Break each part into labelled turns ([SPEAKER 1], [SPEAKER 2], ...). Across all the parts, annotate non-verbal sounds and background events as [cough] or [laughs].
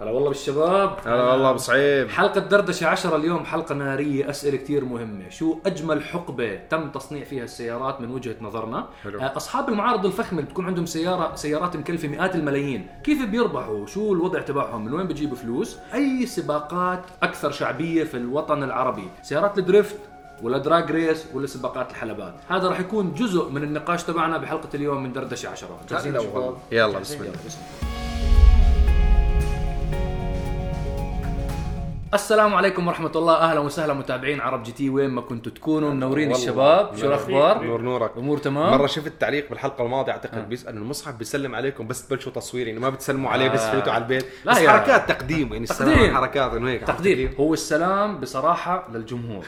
[SPEAKER 1] هلا والله بالشباب
[SPEAKER 2] هلا والله ابو سعيد
[SPEAKER 1] حلقة دردشة 10 اليوم حلقة نارية أسئلة كتير مهمة شو أجمل حقبة تم تصنيع فيها السيارات من وجهة نظرنا
[SPEAKER 2] حلو.
[SPEAKER 1] آه، أصحاب المعارض الفخمة اللي بتكون عندهم سيارة سيارات مكلفة مئات الملايين كيف بيربحوا شو الوضع تبعهم من وين بيجيبوا فلوس أي سباقات أكثر شعبية في الوطن العربي سيارات الدريفت ولا دراج ريس ولا سباقات الحلبات هذا راح يكون جزء من النقاش تبعنا بحلقة اليوم من دردشة 10 جاهزين يا
[SPEAKER 3] الأول.
[SPEAKER 1] شباب؟
[SPEAKER 2] يلا بسم الله
[SPEAKER 1] السلام عليكم ورحمة الله أهلا وسهلا متابعين عرب جي تي وين ما كنتوا تكونوا منورين
[SPEAKER 2] والله.
[SPEAKER 1] الشباب شو
[SPEAKER 2] نور- نور
[SPEAKER 1] الأخبار؟
[SPEAKER 2] نورك
[SPEAKER 1] الأمور تمام؟
[SPEAKER 2] مره شفت تعليق بالحلقه الماضيه اعتقد بيسال المصحف بيسلم عليكم بس تبلشوا تصوير يعني ما بتسلموا عليه بس
[SPEAKER 1] آه.
[SPEAKER 2] فوتوا على البيت
[SPEAKER 1] لا
[SPEAKER 2] بس
[SPEAKER 1] يا-
[SPEAKER 2] حركات تقديم يعني السلام
[SPEAKER 1] تقديم.
[SPEAKER 2] على حركات انه هيك
[SPEAKER 1] تقدير هو السلام بصراحة
[SPEAKER 2] [laughs]
[SPEAKER 1] للجمهور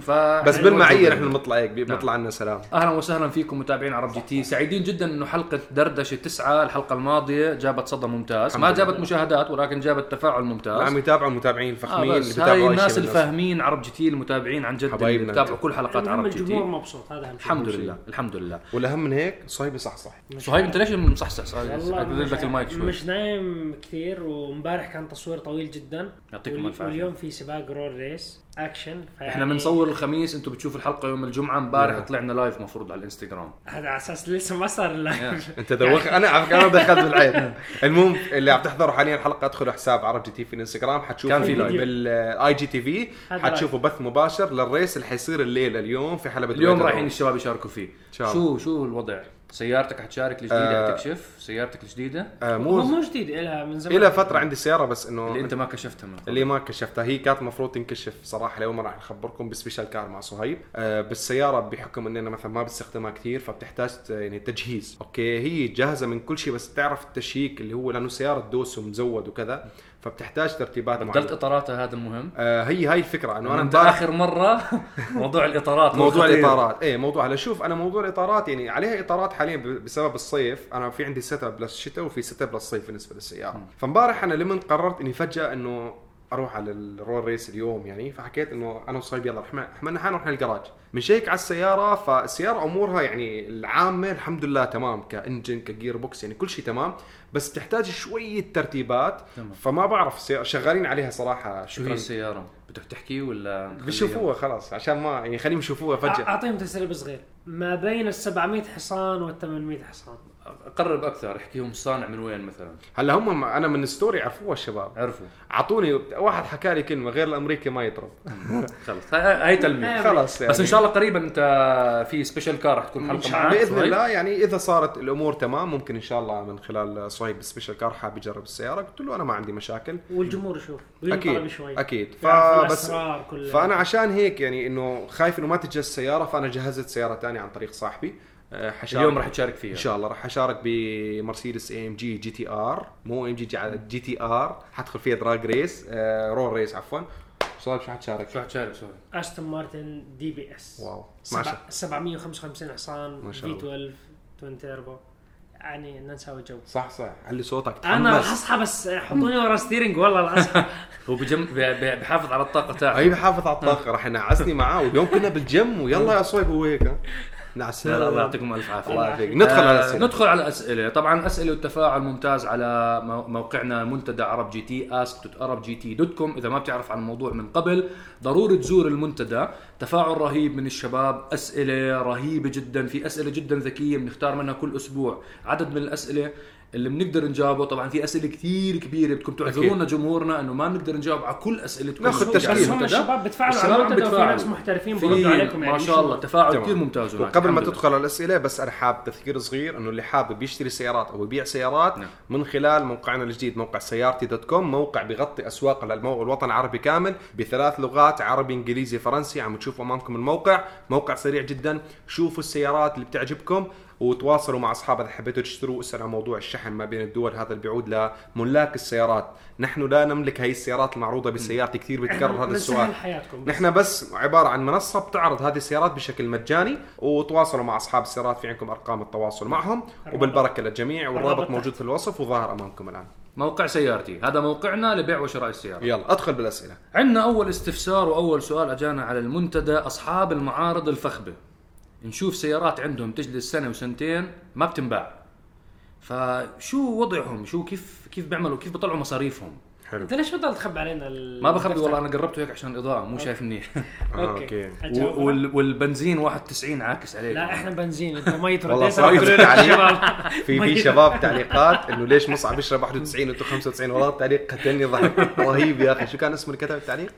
[SPEAKER 1] ف-
[SPEAKER 2] بس بالمعيه
[SPEAKER 1] موجودين.
[SPEAKER 2] نحن بنطلع هيك بيطلع لنا سلام
[SPEAKER 1] اهلا وسهلا فيكم متابعين عرب جي تي سعيدين جدا انه حلقه دردشه تسعة الحلقه الماضيه جابت صدى ممتاز ما
[SPEAKER 2] الحمد لله.
[SPEAKER 1] جابت مشاهدات ولكن جابت تفاعل ممتاز
[SPEAKER 2] عم يتابعوا المتابعين
[SPEAKER 1] آه
[SPEAKER 2] الفخمين اللي
[SPEAKER 1] بس هاي
[SPEAKER 2] بيتابعوا أي
[SPEAKER 1] الناس
[SPEAKER 2] شيء بالناس.
[SPEAKER 1] الفاهمين عرب جي تي المتابعين عن جد اللي
[SPEAKER 2] حبايبنا.
[SPEAKER 1] بيتابعوا كل حلقات
[SPEAKER 4] المهم
[SPEAKER 1] عرب جي
[SPEAKER 4] الجمهور
[SPEAKER 1] تي
[SPEAKER 4] مبسوط هذا اهم شيء
[SPEAKER 1] الحمد لله الحمد لله
[SPEAKER 2] والاهم من هيك صهيب صح صح
[SPEAKER 4] مش
[SPEAKER 1] صهيب انت
[SPEAKER 4] عارف.
[SPEAKER 1] ليش مصحصح صهيب؟
[SPEAKER 4] والله
[SPEAKER 1] أقلل
[SPEAKER 4] مش
[SPEAKER 1] لك
[SPEAKER 4] عارف.
[SPEAKER 1] المايك شوي
[SPEAKER 4] مش نايم كثير وامبارح كان تصوير طويل جدا
[SPEAKER 1] يعطيكم
[SPEAKER 4] وال-
[SPEAKER 1] ألف عافية.
[SPEAKER 4] واليوم في سباق رول ريس اكشن فيعني
[SPEAKER 1] احنا
[SPEAKER 2] يعني
[SPEAKER 1] بنصور الخميس انتم بتشوفوا الحلقه يوم الجمعه امبارح
[SPEAKER 2] نعم.
[SPEAKER 1] طلعنا لايف مفروض على الانستغرام
[SPEAKER 4] هذا على اساس لسه ما صار اللايف
[SPEAKER 2] انت دوخ
[SPEAKER 1] يعني.
[SPEAKER 2] انا على فكره انا دخلت بالعيب المهم اللي عم تحضروا حاليا الحلقه ادخلوا حساب عرب جي تي في الانستغرام حتشوفوا
[SPEAKER 1] كان في لايف.
[SPEAKER 2] بالاي جي تي في
[SPEAKER 4] هذا
[SPEAKER 2] حتشوفوا بث مباشر للريس اللي حيصير الليله اليوم في حلبه
[SPEAKER 1] اليوم
[SPEAKER 2] بيت
[SPEAKER 1] رايحين
[SPEAKER 2] الروم.
[SPEAKER 1] الشباب يشاركوا فيه
[SPEAKER 2] شاء
[SPEAKER 1] شو شو الوضع؟ سيارتك حتشارك الجديده
[SPEAKER 2] آه.
[SPEAKER 1] حتكشف سيارتك الجديده
[SPEAKER 2] آه
[SPEAKER 4] مو
[SPEAKER 2] مو
[SPEAKER 4] مو جديد الها من زمان
[SPEAKER 2] الى فتره عندي سياره بس انه
[SPEAKER 1] اللي انت ما كشفتها من قبل.
[SPEAKER 2] اللي ما كشفتها هي كانت المفروض تنكشف صراحه اليوم راح نخبركم بسبيشال كار مع صهيب آه بالسياره بحكم اننا مثلا ما بستخدمها كثير فبتحتاج ت- يعني تجهيز اوكي هي جاهزه من كل شيء بس تعرف التشيك اللي هو لانه سياره دوس ومزود وكذا فبتحتاج ترتيبات معينه
[SPEAKER 1] بدلت اطاراتها هذا المهم
[SPEAKER 2] آه هي هاي الفكره انه انا
[SPEAKER 1] انت
[SPEAKER 2] امبارح
[SPEAKER 1] اخر مره [laughs] موضوع الاطارات
[SPEAKER 2] موضوع
[SPEAKER 1] خطير.
[SPEAKER 2] الاطارات ايه موضوع هلا شوف انا موضوع الاطارات يعني عليها اطارات حاليا ب- بسبب الصيف انا في عندي سيت اب للشتاء وفي سيت اب للصيف بالنسبه للسياره فامبارح انا لمن قررت اني فجاه انه اروح على الرول ريس اليوم يعني فحكيت انه انا وصايب يلا احنا احنا حنروح للجراج بنشيك على السياره فالسياره امورها يعني العامه الحمد لله تمام كانجن كجير بوكس يعني كل شيء تمام بس بتحتاج شويه ترتيبات
[SPEAKER 1] تمام.
[SPEAKER 2] فما بعرف السيارة- شغالين عليها صراحه شو
[SPEAKER 1] شو هي
[SPEAKER 2] هي
[SPEAKER 1] السياره؟ بدك تحكي ولا نخليها؟
[SPEAKER 2] بيشوفوها خلاص عشان ما يعني خليهم يشوفوها
[SPEAKER 4] أع-
[SPEAKER 2] فجاه
[SPEAKER 4] اعطيهم تسريب صغير ما بين ال 700 حصان وال 800 حصان
[SPEAKER 1] قرب اكثر احكيهم الصانع من وين مثلا
[SPEAKER 2] هلا هم انا من ستوري عرفوها الشباب
[SPEAKER 1] عرفوا
[SPEAKER 2] اعطوني واحد حكى لي كلمه غير الامريكي ما يضرب
[SPEAKER 1] خلص هاي هاي تلميح
[SPEAKER 2] خلاص يعني
[SPEAKER 1] بس ان شاء الله قريبا انت في سبيشال كار رح تكون حلقه
[SPEAKER 4] شاء
[SPEAKER 1] معك
[SPEAKER 2] باذن
[SPEAKER 1] صهيب.
[SPEAKER 2] الله يعني اذا صارت الامور تمام ممكن ان شاء الله من خلال صهيب سبيشال كار حاب يجرب السياره قلت له انا ما عندي مشاكل
[SPEAKER 4] والجمهور يشوف
[SPEAKER 2] اكيد
[SPEAKER 4] وينطلب شوي
[SPEAKER 2] اكيد
[SPEAKER 4] يعرف
[SPEAKER 2] فبس
[SPEAKER 4] الأسرار كلها.
[SPEAKER 2] فانا عشان هيك يعني انه خايف انه ما تتجهز السياره فانا جهزت سياره ثانيه عن طريق صاحبي أه، حشارك-
[SPEAKER 1] اليوم رح تشارك فيها
[SPEAKER 2] ان شاء الله راح اشارك بمرسيدس اي ام جي جي تي ار مو ام جي جي تي ار حدخل فيها دراج ريس آه رول ريس عفوا صاحب شو حتشارك؟
[SPEAKER 1] شو رح تشارك سوري
[SPEAKER 4] استون مارتن دي بي اس
[SPEAKER 2] واو ما شاء
[SPEAKER 4] سبع- 755 حصان
[SPEAKER 2] ما
[SPEAKER 4] في
[SPEAKER 2] شاء الله.
[SPEAKER 4] 12 توين تيربو يعني بدنا نساوي جو
[SPEAKER 2] صح صح علي صوتك
[SPEAKER 4] انا
[SPEAKER 2] تحمس
[SPEAKER 4] راح اصحى بس حطوني ورا ستيرنج والله راح
[SPEAKER 2] [laughs]
[SPEAKER 4] اصحى
[SPEAKER 1] هو بجم... ب- ب- بحافظ على الطاقه تاعته
[SPEAKER 2] اي بحافظ على الطاقه راح ينعسني معاه واليوم كنا بالجيم ويلا يا صويب هو هيك ها. نعسنا
[SPEAKER 1] لا لا الله يعطيكم الف عافيه
[SPEAKER 2] الله يعافيك ندخل على الأسئلة.
[SPEAKER 1] آه، ندخل على الاسئله طبعا الاسئله والتفاعل ممتاز على مو- موقعنا منتدى عرب جي تي ask.arabgt.com اذا ما بتعرف عن الموضوع من قبل ضروري تزور المنتدى تفاعل رهيب من الشباب اسئله رهيبه جدا في اسئله جدا ذكيه بنختار منها كل اسبوع عدد من الاسئله اللي بنقدر نجاوبه طبعا في اسئله كثير كبيره بدكم تعذرونا جمهورنا انه ما بنقدر نجاوب على كل اسئلتكم
[SPEAKER 2] ناخذ
[SPEAKER 1] الموجودة على
[SPEAKER 2] تشكيل.
[SPEAKER 4] بس هم
[SPEAKER 1] المنتدى.
[SPEAKER 4] الشباب بتفاعلوا
[SPEAKER 1] الشباب
[SPEAKER 4] على المنتدى وفي
[SPEAKER 1] بتفاعلوا.
[SPEAKER 4] ناس محترفين
[SPEAKER 1] في-
[SPEAKER 4] بردوا عليكم يعني
[SPEAKER 1] ما شاء الله تفاعل
[SPEAKER 2] تمام.
[SPEAKER 1] كثير ممتاز هناك.
[SPEAKER 2] وقبل ما
[SPEAKER 1] الحمد لله.
[SPEAKER 2] تدخل على الاسئله بس انا حاب تذكير صغير انه اللي حابب يشتري سيارات او يبيع سيارات
[SPEAKER 1] نعم.
[SPEAKER 2] من خلال موقعنا الجديد موقع سيارتي دوت كوم موقع بغطي اسواق للمو- الوطن العربي كامل بثلاث لغات عربي انجليزي فرنسي عم تشوفوا امامكم الموقع موقع سريع جدا شوفوا السيارات اللي بتعجبكم وتواصلوا مع اصحاب اذا حبيتوا تشتروا اسال عن موضوع الشحن ما بين الدول هذا اللي بيعود لملاك السيارات نحن لا نملك هاي السيارات المعروضه بسيارتي كثير بيتكرر هذا السؤال
[SPEAKER 4] بنسهل حياتكم بس
[SPEAKER 2] نحن بس عباره عن منصه بتعرض هذه السيارات بشكل مجاني وتواصلوا مع اصحاب السيارات في عندكم ارقام التواصل معهم وبالبركه للجميع والرابط
[SPEAKER 4] الرابط
[SPEAKER 2] موجود في الوصف وظاهر امامكم الان
[SPEAKER 1] موقع سيارتي هذا موقعنا لبيع وشراء السيارة
[SPEAKER 2] يلا ادخل بالاسئله
[SPEAKER 1] عندنا أول استفسار وأول سؤال أجانا على المنتدى أصحاب المعارض الفخبة نشوف سيارات عندهم تجلس سنة وسنتين ما بتنباع فشو وضعهم شو كيف كيف بيعملوا كيف بيطلعوا مصاريفهم
[SPEAKER 2] حلو
[SPEAKER 4] انت ليش بتضل تخبي علينا ال-
[SPEAKER 1] ما بخبي
[SPEAKER 4] الدفتر؟
[SPEAKER 1] والله انا قربته هيك عشان الاضاءه مو شايف منيح
[SPEAKER 4] [laughs]
[SPEAKER 2] آه، اوكي
[SPEAKER 4] أجاوب.
[SPEAKER 1] و- وال- والبنزين 91 عاكس عليك
[SPEAKER 4] لا احنا بنزين انت ميت
[SPEAKER 2] والله
[SPEAKER 4] رديت
[SPEAKER 2] صاير
[SPEAKER 4] على كل
[SPEAKER 2] تعليق. [laughs]
[SPEAKER 4] الشباب.
[SPEAKER 2] في في شباب تعليقات انه ليش مصعب يشرب 91 وانتم 95 والله التعليق قتلني ضحك رهيب يا اخي شو كان اسمه اللي كتب التعليق؟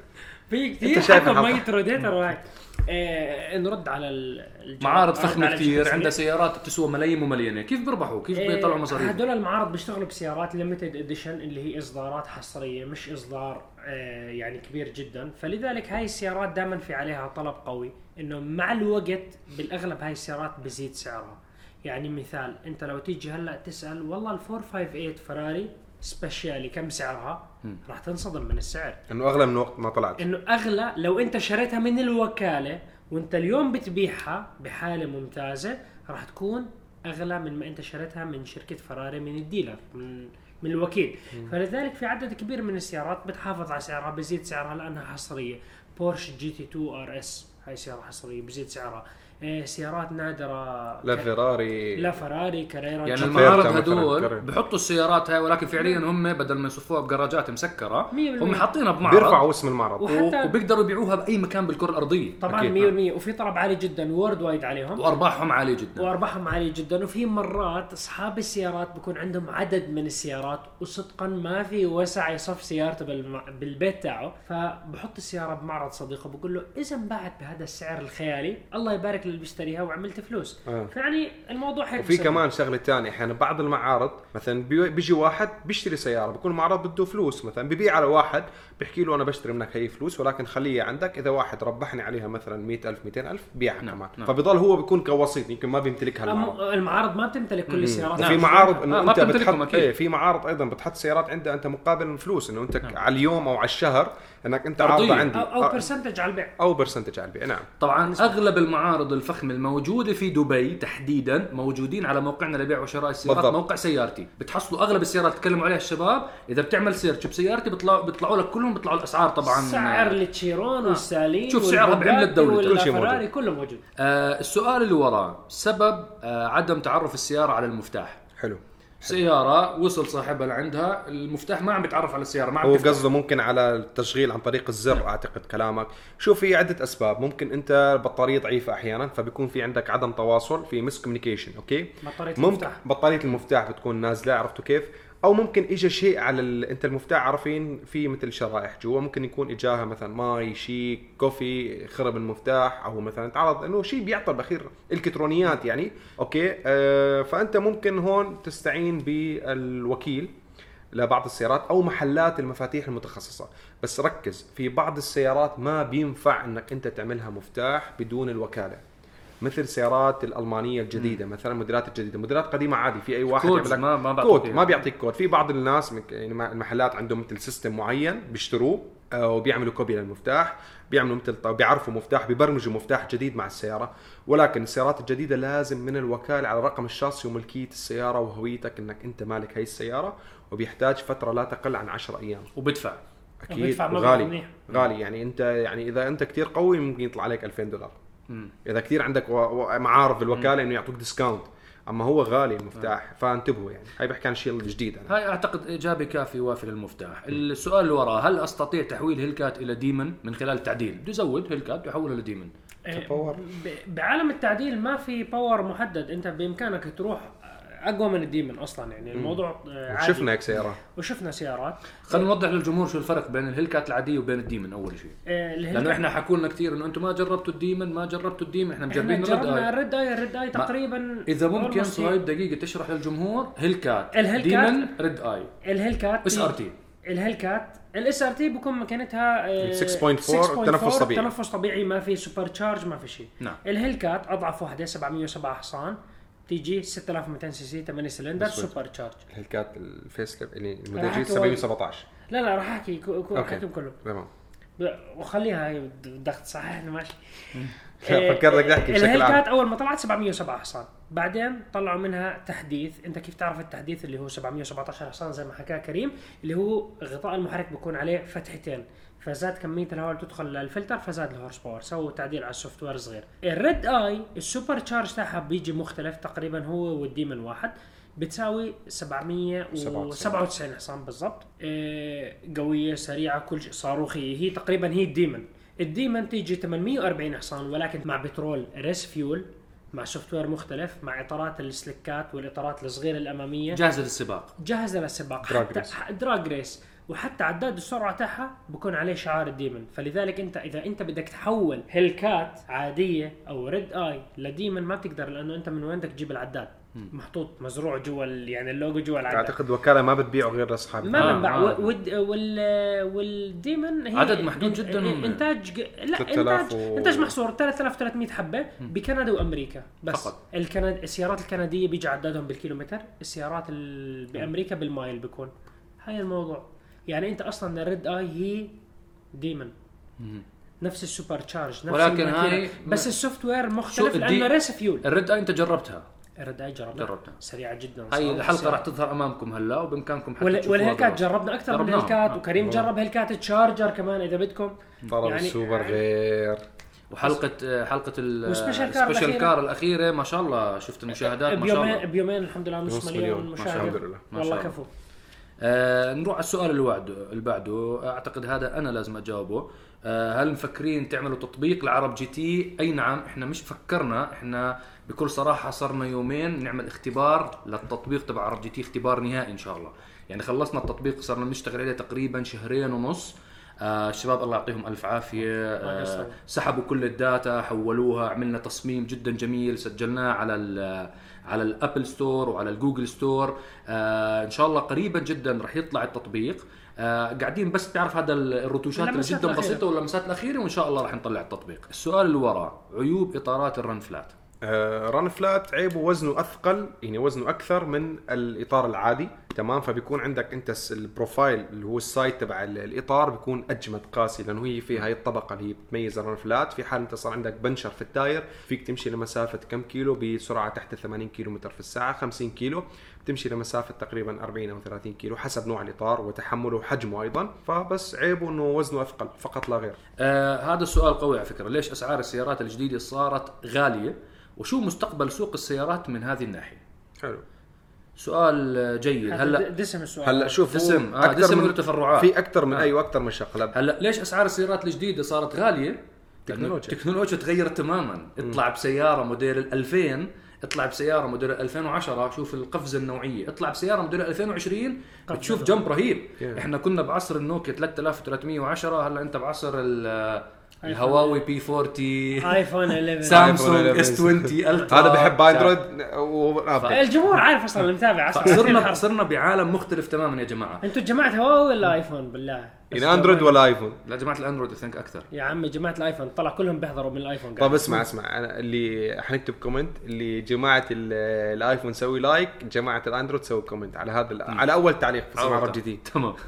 [SPEAKER 4] في كثير
[SPEAKER 2] شايف
[SPEAKER 4] حكى
[SPEAKER 2] الحلقة.
[SPEAKER 4] ميت رديت على هيك إيه نرد على ال- الجواب.
[SPEAKER 1] معارض
[SPEAKER 4] نرد على
[SPEAKER 1] فخمه
[SPEAKER 4] الشيء
[SPEAKER 1] كثير عندها
[SPEAKER 4] الاسمي.
[SPEAKER 1] سيارات بتسوى ملايين ومليانه كيف بيربحوا كيف
[SPEAKER 4] إيه،
[SPEAKER 1] بيطلعوا مصاريف
[SPEAKER 4] هدول المعارض بيشتغلوا بسيارات ليمتد اديشن اللي هي اصدارات حصريه مش اصدار آه، يعني كبير جدا فلذلك هاي السيارات دائما في عليها طلب قوي انه مع الوقت بالاغلب هاي السيارات بزيد سعرها يعني مثال انت لو تيجي هلا تسال والله ال 458 فراري سبيشالي كم سعرها راح تنصدم من السعر
[SPEAKER 2] انه اغلى من وقت ما طلعت
[SPEAKER 4] انه اغلى لو انت شريتها من الوكاله وانت اليوم بتبيعها بحاله ممتازه راح تكون اغلى من ما انت شريتها من شركه فراري من الديلر من من الوكيل فلذلك في عدد كبير من السيارات بتحافظ على سعرها بزيد سعرها لانها حصريه بورش جي تي 2 ار اس هاي سياره حصريه بزيد سعرها إيه، سيارات نادره
[SPEAKER 2] لا
[SPEAKER 4] ك-
[SPEAKER 2] فيراري
[SPEAKER 4] لا فراري كاريرا
[SPEAKER 1] يعني
[SPEAKER 4] جي-
[SPEAKER 2] الفيرتا
[SPEAKER 1] المعارض
[SPEAKER 2] مثلاً،
[SPEAKER 1] هدول
[SPEAKER 2] كرر.
[SPEAKER 1] بحطوا السيارات هاي ولكن فعليا هم بدل ما يصفوها بجراجات مسكره
[SPEAKER 4] مية بالمية.
[SPEAKER 1] هم حاطينها بمعرض
[SPEAKER 2] بيرفعوا اسم المعرض
[SPEAKER 4] وح-
[SPEAKER 1] و-
[SPEAKER 4] وحتى-
[SPEAKER 1] وبيقدروا يبيعوها باي مكان بالكره الارضيه
[SPEAKER 4] طبعا
[SPEAKER 2] أكيد.
[SPEAKER 4] 100% وفي طلب عالي جدا وورد وايد عليهم
[SPEAKER 1] وارباحهم عاليه
[SPEAKER 2] نعم.
[SPEAKER 1] جدا
[SPEAKER 4] وارباحهم عاليه جدا وفي مرات اصحاب السيارات بكون عندهم عدد من السيارات وصدقا ما في وسع يصف سيارته بالم... بالبيت تاعه فبحط السياره بمعرض صديقه بقول له اذا انباعت بهذا السعر الخيالي الله يبارك للي بيشتريها وعملت فلوس
[SPEAKER 2] آه.
[SPEAKER 4] فيعني الموضوع هيك
[SPEAKER 2] وفي
[SPEAKER 4] بسيط.
[SPEAKER 2] كمان شغله ثانيه احيانا بعض المعارض مثلا بي- بيجي واحد بيشتري سياره بيكون المعرض بده فلوس مثلا ببيع على واحد بيحكي له انا بشتري منك هي فلوس ولكن خليها عندك اذا واحد ربحني عليها مثلا 100000 200000 بيعها
[SPEAKER 1] نعم،
[SPEAKER 2] كمان
[SPEAKER 1] نعم.
[SPEAKER 2] فبضل هو بيكون كوسيط يمكن ما بيمتلكها المعرض
[SPEAKER 4] أم- المعارض ما بتمتلك كل السيارات نعم.
[SPEAKER 2] وفي معارض
[SPEAKER 1] آه،
[SPEAKER 2] انه
[SPEAKER 1] ما
[SPEAKER 2] انت
[SPEAKER 1] بتمتلكهم
[SPEAKER 2] بتحط
[SPEAKER 1] أكيد.
[SPEAKER 2] ايه في معارض ايضا بتحط سيارات عندها انت مقابل فلوس انه انت
[SPEAKER 1] نعم.
[SPEAKER 2] على اليوم او على الشهر انك انت
[SPEAKER 1] أرضية.
[SPEAKER 2] عارضه عندي
[SPEAKER 4] او, أو
[SPEAKER 2] آه،
[SPEAKER 4] برسنتج على البيع
[SPEAKER 2] او برسنتج على البيع نعم
[SPEAKER 1] طبعا اغلب المعارض الفخمه الموجوده في دبي تحديدا موجودين على موقعنا لبيع وشراء السيارات
[SPEAKER 2] بالضبط.
[SPEAKER 1] بالضبط. موقع سيارتي بتحصلوا اغلب السيارات تكلموا عليها الشباب اذا بتعمل سيرش بسيارتي بيطلعوا بيطلعوا لك كلهم بيطلعوا الاسعار طبعا
[SPEAKER 4] سعر التشيرون والسالين
[SPEAKER 1] شوف سعرها بعملة
[SPEAKER 4] والبوجاتي
[SPEAKER 1] دولة.
[SPEAKER 2] كل شيء
[SPEAKER 4] والفراري،
[SPEAKER 2] موجود.
[SPEAKER 4] كله موجود
[SPEAKER 1] آه السؤال اللي وراه سبب آه عدم تعرف السياره على المفتاح
[SPEAKER 2] حلو
[SPEAKER 1] سياره وصل صاحبها لعندها المفتاح ما عم بيتعرف على السياره ما عم
[SPEAKER 2] هو
[SPEAKER 1] تفتح.
[SPEAKER 2] قصده ممكن على التشغيل عن طريق الزر اعتقد كلامك شوف في عده اسباب ممكن انت البطاريه ضعيفه احيانا فبيكون في عندك عدم تواصل في مس كوميونيكيشن اوكي
[SPEAKER 4] بطارية
[SPEAKER 2] ممكن
[SPEAKER 4] المفتاح.
[SPEAKER 2] بطاريه المفتاح بتكون نازله عرفتوا كيف او ممكن اجى شيء على ال... انت المفتاح عارفين في مثل شرائح جوا ممكن يكون اجاها مثلا ماي شيء كوفي خرب المفتاح او مثلا تعرض انه شيء بيعطل باخير الكترونيات يعني اوكي آه فانت ممكن هون تستعين بالوكيل لبعض السيارات او محلات المفاتيح المتخصصه بس ركز في بعض السيارات ما بينفع انك انت تعملها مفتاح بدون الوكاله مثل السيارات الالمانيه الجديده مثلا الموديلات الجديده موديلات قديمه عادي في اي واحد
[SPEAKER 1] كودز
[SPEAKER 2] يعمل لك
[SPEAKER 1] ما- ما بعطيك
[SPEAKER 2] كود
[SPEAKER 1] إياه.
[SPEAKER 2] ما بيعطيك كود في بعض الناس مك- يعني مع- المحلات عندهم مثل سيستم معين بيشتروه آه، وبيعملوا كوبي للمفتاح بيعملوا مثل طب- بيعرفوا مفتاح بيبرمجوا مفتاح جديد مع السياره ولكن السيارات الجديده لازم من الوكاله على رقم الشاصي وملكيه السياره وهويتك انك انت مالك هاي السياره وبيحتاج فتره لا تقل عن 10 ايام
[SPEAKER 1] وبدفع
[SPEAKER 2] اكيد
[SPEAKER 4] وبيدفع مبلغ
[SPEAKER 2] غالي
[SPEAKER 4] منيح.
[SPEAKER 2] غالي يعني انت يعني اذا انت كثير قوي ممكن يطلع عليك 2000 دولار
[SPEAKER 1] مم.
[SPEAKER 2] اذا كثير عندك و... و... معارف الوكاله انه يعطوك ديسكاونت اما هو غالي المفتاح فانتبهوا يعني هاي بحكي عن الشيء الجديد انا
[SPEAKER 1] هاي اعتقد اجابه كافيه وافي للمفتاح السؤال اللي وراه هل استطيع تحويل هيلكات الى ديمن من خلال التعديل بده يزود هيلكات يحولها لديمن
[SPEAKER 2] تباور.
[SPEAKER 4] إيه، ب- بعالم التعديل ما في باور محدد انت بامكانك تروح اقوى من الديمن اصلا يعني الموضوع آه، عادي
[SPEAKER 1] يعني.
[SPEAKER 2] شفنا هيك سيارات
[SPEAKER 4] وشفنا سيارات
[SPEAKER 1] خلينا نوضح للجمهور شو الفرق بين الهيلكات العاديه وبين الديمن اول شيء
[SPEAKER 4] آه، الهيلكا-
[SPEAKER 1] لانه احنا حكوا لنا كثير انه انتم ما جربتوا الديمن ما جربتوا الديمن احنا
[SPEAKER 4] احنا
[SPEAKER 1] مجربين الريد
[SPEAKER 4] جربنا
[SPEAKER 1] اي
[SPEAKER 4] الريد اي الريد اي تقريبا
[SPEAKER 1] اذا ممكن
[SPEAKER 4] almost
[SPEAKER 1] صهيب دقيقه تشرح للجمهور هيلكات
[SPEAKER 4] الهيلكات-
[SPEAKER 1] ديمن ريد اي
[SPEAKER 4] هي- الهيلكات
[SPEAKER 1] اس ار تي
[SPEAKER 4] الهيلكات الاس ار تي بكون مكانتها آه،
[SPEAKER 2] 6.4 تنفس طبيعي.
[SPEAKER 4] تنفس طبيعي ما في سوبر تشارج ما في شيء
[SPEAKER 1] نعم.
[SPEAKER 4] الهيلكات اضعف وحده 707 حصان تيجي 6200 سي سي 8 سلندر سوبر تشارج
[SPEAKER 2] الهلكات الفيس يعني ليف اللي
[SPEAKER 4] راح
[SPEAKER 2] الموديل
[SPEAKER 4] أحكي
[SPEAKER 2] جديد
[SPEAKER 4] وايد.
[SPEAKER 2] 717
[SPEAKER 4] لا لا راح احكي كو- كو-
[SPEAKER 2] أوكي.
[SPEAKER 4] احكيهم كلهم
[SPEAKER 2] تمام
[SPEAKER 4] ب- وخليها هاي الضغط صح احنا ماشي
[SPEAKER 2] [laughs]
[SPEAKER 4] إيه،
[SPEAKER 2] فكرتك تحكي بشكل
[SPEAKER 4] الهيل
[SPEAKER 2] عام
[SPEAKER 4] كانت اول ما طلعت 707 حصان بعدين طلعوا منها تحديث انت كيف تعرف التحديث اللي هو 717 حصان زي ما حكى كريم اللي هو غطاء المحرك بيكون عليه فتحتين فزاد كميه الهواء اللي تدخل للفلتر فزاد الهورس باور سووا تعديل على السوفت وير صغير الريد اي السوبر تشارج تاعها بيجي مختلف تقريبا هو والديمن واحد بتساوي 797 حصان بالضبط إيه، قويه سريعه كل شيء صاروخيه هي تقريبا هي الديمن الديمن تيجي 840 حصان ولكن مع بترول ريس فيول مع سوفت وير مختلف مع اطارات السلكات والاطارات الصغيره الاماميه
[SPEAKER 1] جاهزه للسباق
[SPEAKER 4] جاهزه للسباق
[SPEAKER 2] دراج
[SPEAKER 4] حتى
[SPEAKER 2] ريس.
[SPEAKER 4] ح- دراج ريس وحتى عداد السرعه تاعها بكون عليه شعار الديمن فلذلك انت اذا انت بدك تحول هيلكات عاديه او ريد اي لديمن ما بتقدر لانه انت من وين بدك تجيب العداد محطوط مزروع جوا ال- يعني اللوجو جوا العداد
[SPEAKER 2] اعتقد وكاله ما بتبيعه غير لاصحابها
[SPEAKER 4] ما
[SPEAKER 1] آه،
[SPEAKER 4] بنباع
[SPEAKER 1] آه.
[SPEAKER 4] وال والديمن هي
[SPEAKER 1] عدد محدود جداً هم.
[SPEAKER 4] انتاج ج- لا
[SPEAKER 2] 3000
[SPEAKER 4] انتاج
[SPEAKER 2] و-
[SPEAKER 4] انتاج محصور 3300 حبه بكندا وامريكا بس
[SPEAKER 1] فقط.
[SPEAKER 4] الكند... السيارات الكنديه بيجي عدادهم بالكيلومتر السيارات ال... بامريكا بالمايل بيكون هاي الموضوع يعني انت اصلا الريد اي هي ديمن نفس السوبر تشارج نفس
[SPEAKER 1] ولكن
[SPEAKER 4] الماكينة.
[SPEAKER 1] هاي-
[SPEAKER 4] بس السوفت وير مختلف
[SPEAKER 1] الدي-
[SPEAKER 4] لانه ريس فيول
[SPEAKER 1] الريد اي انت جربتها
[SPEAKER 4] الريد اي جربناها
[SPEAKER 1] جربتها.
[SPEAKER 4] سريعه جدا
[SPEAKER 1] هاي
[SPEAKER 4] صراحة.
[SPEAKER 1] الحلقه
[SPEAKER 4] سريعة.
[SPEAKER 1] راح تظهر امامكم هلا وبامكانكم حتى
[SPEAKER 4] وال-
[SPEAKER 1] تشوفوها
[SPEAKER 4] والهيلكات
[SPEAKER 1] بالوقت.
[SPEAKER 4] جربنا اكثر من
[SPEAKER 1] جربناها.
[SPEAKER 4] هيلكات
[SPEAKER 1] آه.
[SPEAKER 4] وكريم جرب هيلكات تشارجر كمان اذا بدكم
[SPEAKER 2] طلب
[SPEAKER 4] يعني-
[SPEAKER 2] السوبر غير
[SPEAKER 1] وحلقه حلقه آه، ال-
[SPEAKER 4] والسبيشال كار
[SPEAKER 1] السبيشال
[SPEAKER 4] الأخيرة.
[SPEAKER 1] كار الاخيره ما شاء الله شفت المشاهدات ما شاء
[SPEAKER 4] آه، بيومين
[SPEAKER 1] الله
[SPEAKER 4] بيومين الحمد لله نص
[SPEAKER 2] نص
[SPEAKER 4] مليون
[SPEAKER 2] مليون. ما شاء
[SPEAKER 4] مشاهده
[SPEAKER 2] الله. الحمد لله.
[SPEAKER 1] ما
[SPEAKER 4] والله
[SPEAKER 1] شاء الله.
[SPEAKER 4] كفو
[SPEAKER 1] آه نروح على السؤال اللي بعده اللي بعده اعتقد هذا انا لازم اجاوبه آه هل مفكرين تعملوا تطبيق لعرب جي تي اي نعم احنا مش فكرنا احنا بكل صراحه صرنا يومين نعمل اختبار للتطبيق تبع عرب جي تي اختبار نهائي ان شاء الله يعني خلصنا التطبيق صرنا بنشتغل عليه تقريبا شهرين ونص آه الشباب الله يعطيهم الف عافيه
[SPEAKER 4] الله
[SPEAKER 1] آه
[SPEAKER 4] يسلمك.
[SPEAKER 1] سحبوا كل الداتا حولوها عملنا تصميم جدا جميل سجلناه على ال على الابل ستور وعلى الجوجل ستور آه ان شاء الله قريبا جدا رح يطلع التطبيق آه قاعدين بس تعرف هذا ال- الرتوشات اللي
[SPEAKER 4] اللمسات
[SPEAKER 1] جدا
[SPEAKER 4] الأخيرة.
[SPEAKER 1] بسيطه واللمسات الاخيره وان شاء الله رح نطلع التطبيق السؤال اللي وراه عيوب اطارات الرن فلات
[SPEAKER 2] آه، رن فلات عيبه وزنه اثقل يعني وزنه اكثر من الاطار العادي تمام فبيكون عندك انت الس- البروفايل اللي هو السايد تبع ال- الاطار بيكون اجمد قاسي لانه هي في هاي الطبقه اللي هي بتميز الرن فلات في حال انت صار عندك بنشر في التاير فيك تمشي لمسافه كم كيلو بسرعه تحت 80 كيلو متر في الساعه 50 كيلو بتمشي لمسافه تقريبا 40 او 30 كيلو حسب نوع الاطار وتحمله وحجمه ايضا فبس عيبه انه وزنه اثقل فقط لا غير
[SPEAKER 1] آه هذا السؤال قوي على فكره ليش اسعار السيارات الجديده صارت غاليه وشو مستقبل سوق السيارات من هذه الناحيه
[SPEAKER 2] حلو
[SPEAKER 1] سؤال آه، جيد هلا
[SPEAKER 4] هلا دسم السؤال
[SPEAKER 2] هلا شوف هو
[SPEAKER 1] دسم، آه، دسم له تفرعات.
[SPEAKER 2] في اكثر من
[SPEAKER 1] آه.
[SPEAKER 2] ايوه اكثر من شغله
[SPEAKER 1] هلا ليش اسعار السيارات الجديده صارت غاليه؟
[SPEAKER 2] تكنولوجيا.
[SPEAKER 1] التكنولوجيا تغيرت تماما، اطلع بسياره موديل ال 2000 اطلع بسياره موديل ال 2010 شوف القفزه النوعيه، اطلع بسياره موديل ال 2020 بتشوف جمب رهيب،
[SPEAKER 2] Yeah.
[SPEAKER 1] احنا كنا بعصر النوكيا 3310 هلا انت بعصر ال- الهواوي بي 40 [laughs]
[SPEAKER 4] ايفون 11
[SPEAKER 1] سامسونج
[SPEAKER 2] آيفون
[SPEAKER 1] اس 20
[SPEAKER 2] [laughs]
[SPEAKER 1] الترا
[SPEAKER 2] هذا بحب اندرويد وابل
[SPEAKER 4] الجمهور عارف اصلا اللي متابع
[SPEAKER 1] صرنا
[SPEAKER 4] [laughs] اصلا
[SPEAKER 1] صرنا بعالم مختلف تماما يا جماعه،
[SPEAKER 4] انتوا جماعه هواوي ولا ايفون بالله
[SPEAKER 2] يعني اندرويد ولا ايفون
[SPEAKER 1] لا جماعه الاندرويد اي ثينك اكثر
[SPEAKER 4] يا عمي جماعه الايفون طلع كلهم بيحضروا من الايفون
[SPEAKER 2] طب طيب اسمع اسمع انا اللي حنكتب كومنت اللي جماعه ال- الايفون سوي لايك جماعه الاندرويد سوي كومنت على هذا ال- على اول تعليق في سماع
[SPEAKER 1] أوه،
[SPEAKER 2] رب جديد
[SPEAKER 1] تمام
[SPEAKER 2] [laughs]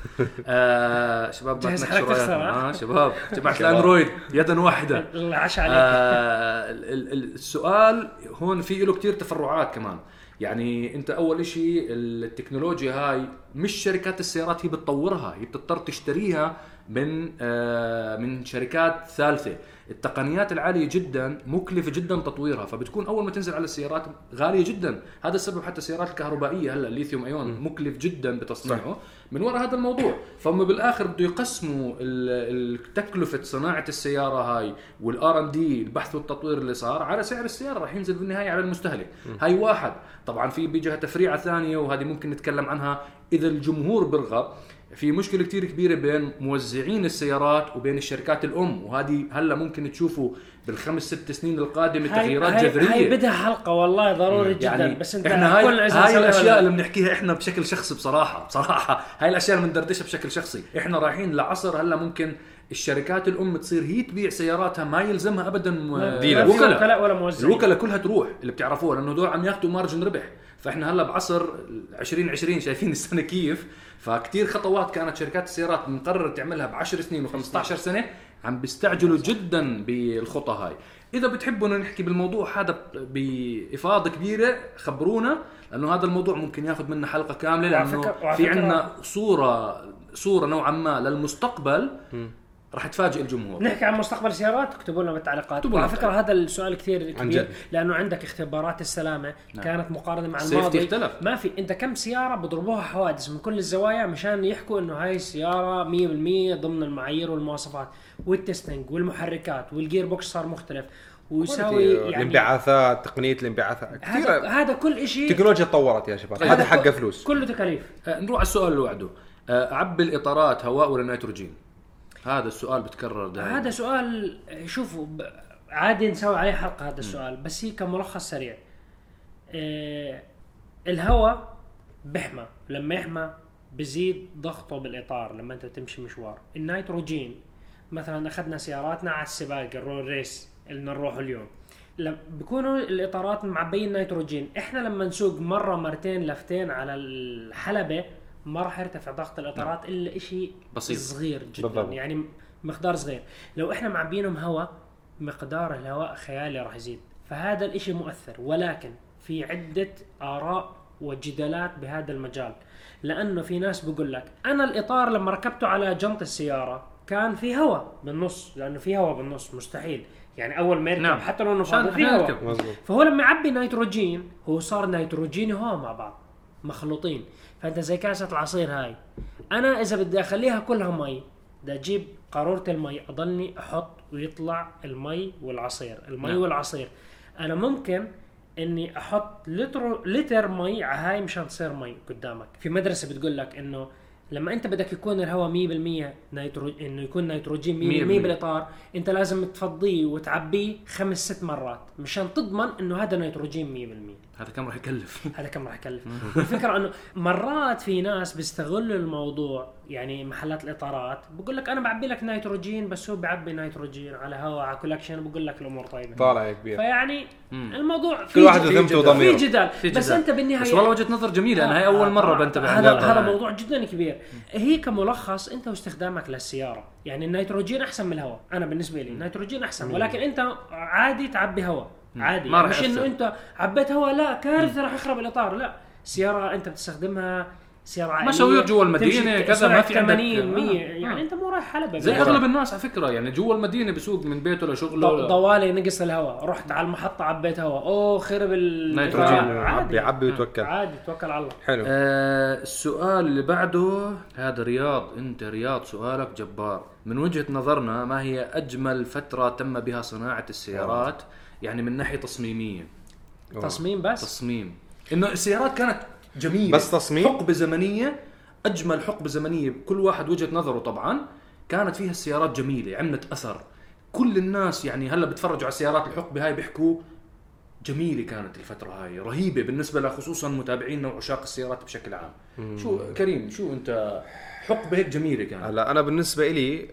[SPEAKER 1] آه شباب ما
[SPEAKER 4] جهز
[SPEAKER 1] تنكشوا
[SPEAKER 4] حالك
[SPEAKER 1] رأيكم.
[SPEAKER 4] تخسر، ها؟
[SPEAKER 1] اه شباب جماعه
[SPEAKER 2] شباب.
[SPEAKER 1] الاندرويد يدا واحده
[SPEAKER 4] العش [laughs] عليك
[SPEAKER 1] آه ال- ال- السؤال هون في له كتير تفرعات كمان يعني انت اول شيء التكنولوجيا هاي مش شركات السيارات هي بتطورها هي بتضطر تشتريها من آه من شركات ثالثه التقنيات العاليه جدا مكلفه جدا تطويرها فبتكون اول ما تنزل على السيارات غاليه جدا هذا السبب حتى السيارات الكهربائيه هلا الليثيوم ايون مكلف جدا بتصنيعه من وراء هذا الموضوع فهم بالاخر بده يقسموا ال- ال- تكلفه صناعه السياره هاي والار ام دي البحث والتطوير اللي صار على سعر السياره راح ينزل بالنهايه على المستهلك هاي واحد طبعا في بيجيها تفريعه ثانيه وهذه ممكن نتكلم عنها اذا الجمهور برغب في مشكله كتير كبيره بين موزعين السيارات وبين الشركات الام وهذه هلا ممكن تشوفوا بالخمس ست سنين القادمه
[SPEAKER 4] هاي-
[SPEAKER 1] تغييرات
[SPEAKER 4] هاي-
[SPEAKER 1] جذريه
[SPEAKER 4] هاي بدها حلقه والله ضروري
[SPEAKER 1] يعني
[SPEAKER 4] جدا بس انت
[SPEAKER 1] احنا هاي,
[SPEAKER 4] كل عزيز
[SPEAKER 1] هاي
[SPEAKER 4] سوي
[SPEAKER 1] الاشياء
[SPEAKER 4] ولا-
[SPEAKER 1] اللي بنحكيها احنا بشكل شخصي بصراحه بصراحه هاي الاشياء اللي بندردشها بشكل شخصي احنا رايحين لعصر هلا ممكن الشركات الام تصير هي تبيع سياراتها ما يلزمها ابدا
[SPEAKER 4] ما-
[SPEAKER 1] م-
[SPEAKER 2] ديلر.
[SPEAKER 4] ما في
[SPEAKER 1] وكلاء
[SPEAKER 4] وكلاء ولا موزعين
[SPEAKER 1] الوكلاء كلها تروح اللي بتعرفوها لانه دول عم ياخذوا مارجن ربح فاحنا هلا بعصر 2020 شايفين السنه كيف فكتير خطوات كانت شركات السيارات مقرر تعملها ب 10 سنين و15 سنه عم بيستعجلوا جدا بالخطى هاي اذا بتحبوا إنه نحكي بالموضوع هذا بافاضه كبيره خبرونا لانه هذا الموضوع ممكن ياخذ منا حلقه كامله
[SPEAKER 4] وعلى
[SPEAKER 1] لانه
[SPEAKER 4] فكرة- وعلى
[SPEAKER 1] في
[SPEAKER 4] فكرة-
[SPEAKER 1] عندنا صوره صوره نوعا ما للمستقبل راح تفاجئ الجمهور
[SPEAKER 4] نحكي عن مستقبل السيارات اكتبوا لنا بالتعليقات
[SPEAKER 1] اكتبوا
[SPEAKER 4] وعلى
[SPEAKER 1] لنا
[SPEAKER 4] فكره هذا السؤال كثير
[SPEAKER 2] عن
[SPEAKER 4] كبير
[SPEAKER 2] جد.
[SPEAKER 4] لانه عندك اختبارات السلامه
[SPEAKER 1] نعم.
[SPEAKER 4] كانت مقارنه مع
[SPEAKER 1] السيفتي
[SPEAKER 4] الماضي
[SPEAKER 1] اختلف.
[SPEAKER 4] ما في انت كم سياره بضربوها حوادث من كل الزوايا مشان يحكوا انه هاي السياره 100% ضمن المعايير والمواصفات والتستنج والمحركات والجير بوكس صار مختلف ويساوي يعني
[SPEAKER 2] الانبعاثات تقنيه الانبعاثات
[SPEAKER 4] هذا
[SPEAKER 2] كثير
[SPEAKER 4] هذا كل شيء
[SPEAKER 2] التكنولوجيا تطورت يا شباب
[SPEAKER 1] طيب.
[SPEAKER 2] هذا
[SPEAKER 4] كل-
[SPEAKER 2] حقه فلوس
[SPEAKER 4] كله تكاليف
[SPEAKER 1] آه، نروح على السؤال اللي وعده آه، عبي الاطارات هواء ولا نيتروجين؟ هذا السؤال بتكرر دائما
[SPEAKER 4] هذا سؤال شوفوا ب- عادي نسوي عليه حلقه هذا السؤال بس هي كملخص سريع إيه الهواء بحمى لما يحمى بزيد ضغطه بالاطار لما انت تمشي مشوار النيتروجين مثلا اخذنا سياراتنا على السباق الرول ريس اللي نروح اليوم لما بيكونوا الاطارات معبيين نيتروجين احنا لما نسوق مره مرتين لفتين على الحلبه ما راح يرتفع ضغط الاطارات الا شيء
[SPEAKER 1] بسيط.
[SPEAKER 4] صغير جدا
[SPEAKER 2] بالضبط.
[SPEAKER 4] يعني مقدار صغير لو احنا معبينهم هواء مقدار الهواء خيالي راح يزيد فهذا الاشي مؤثر ولكن في عدة آراء وجدالات بهذا المجال لأنه في ناس بقول لك أنا الإطار لما ركبته على جنط السيارة كان في هواء بالنص لأنه في هواء بالنص مستحيل يعني أول ما يركب
[SPEAKER 1] نعم.
[SPEAKER 4] حتى لو إنه
[SPEAKER 1] عشان
[SPEAKER 4] فاضي في
[SPEAKER 1] إحنا
[SPEAKER 4] هواء
[SPEAKER 1] نركب.
[SPEAKER 2] مظبوط
[SPEAKER 4] فهو لما يعبي نيتروجين هو صار نيتروجين وهواء مع بعض مخلوطين فانت زي كاسه العصير هاي انا اذا بدي اخليها كلها مي بدي اجيب قاروره المي اضلني احط ويطلع المي والعصير المي
[SPEAKER 1] نعم.
[SPEAKER 4] نعم. والعصير انا ممكن اني احط لتر لتر مي على هاي مشان تصير مي قدامك في مدرسه بتقول لك انه لما انت بدك يكون الهواء 100% نيترو انه يكون نيتروجين 100%
[SPEAKER 1] 100%.
[SPEAKER 4] بالاطار انت لازم تفضيه وتعبيه خمس ست مرات مشان تضمن انه هذا نيتروجين 100%
[SPEAKER 1] هذا كم راح يكلف؟ [laughs]
[SPEAKER 4] هذا كم راح [laughs] يكلف الفكره انه مرات في ناس بيستغلوا الموضوع يعني محلات الاطارات بقول لك انا بعبي لك نيتروجين بس هو بعبي نيتروجين على هواء على كولكشن بقول لك الامور طيبه
[SPEAKER 2] طالع يا كبير
[SPEAKER 4] فيعني
[SPEAKER 1] مم.
[SPEAKER 4] الموضوع في
[SPEAKER 2] كل واحد
[SPEAKER 4] جدال.
[SPEAKER 2] وذمته
[SPEAKER 4] في
[SPEAKER 2] وضميره
[SPEAKER 4] جدال
[SPEAKER 1] في
[SPEAKER 4] بس
[SPEAKER 1] جدال.
[SPEAKER 4] انت بالنهايه
[SPEAKER 1] بس والله وجهه نظر جميله انا يعني هاي اول مره بنتبه
[SPEAKER 4] هذا
[SPEAKER 1] عليها.
[SPEAKER 4] هذا موضوع جدا كبير هي كملخص انت واستخدامك للسياره يعني النيتروجين احسن من الهواء انا بالنسبه لي النيتروجين احسن ولكن انت عادي تعبي هواء عادي
[SPEAKER 1] ما رح
[SPEAKER 4] مش
[SPEAKER 1] يأثر.
[SPEAKER 4] انه انت عبيت هواء لا كارثه راح يخرب الاطار لا سياره انت بتستخدمها سياره عائليه
[SPEAKER 1] مشاوير جوا المدينة،
[SPEAKER 4] تمشي
[SPEAKER 1] كذا،
[SPEAKER 4] سرعة
[SPEAKER 1] ما في عندك-
[SPEAKER 4] 80 100
[SPEAKER 1] آه.
[SPEAKER 4] يعني انت مو رايح حلبه
[SPEAKER 1] زي
[SPEAKER 4] بالضبط.
[SPEAKER 1] اغلب الناس على فكره يعني جوا المدينه بسوق من بيته
[SPEAKER 4] ض-
[SPEAKER 1] لشغله
[SPEAKER 4] ضوالي نقص الهواء رحت على المحطه عبيت هواء اوه خرب ال- آه،
[SPEAKER 1] نيتروجين.
[SPEAKER 2] عبي
[SPEAKER 4] عادي
[SPEAKER 2] عبي وتوكل
[SPEAKER 4] عادي توكل على الله
[SPEAKER 2] حلو
[SPEAKER 1] آه السؤال اللي بعده هذا رياض انت رياض سؤالك جبار من وجهه نظرنا ما هي اجمل فتره تم بها صناعه السيارات يعني من ناحيه تصميميه
[SPEAKER 4] تصميم بس
[SPEAKER 1] تصميم انه السيارات كانت جميله
[SPEAKER 2] بس تصميم؟
[SPEAKER 1] حقبه زمنيه اجمل حقبه زمنيه كل واحد وجهه نظره طبعا كانت فيها السيارات جميله عملت اثر كل الناس يعني هلا بتفرجوا على السيارات الحقبه هاي بيحكوا جميله كانت الفتره هاي رهيبه بالنسبه لخصوصا متابعينا وعشاق السيارات بشكل عام شو كريم شو انت حقبه هيك جميله كانت
[SPEAKER 2] هلا انا بالنسبه لي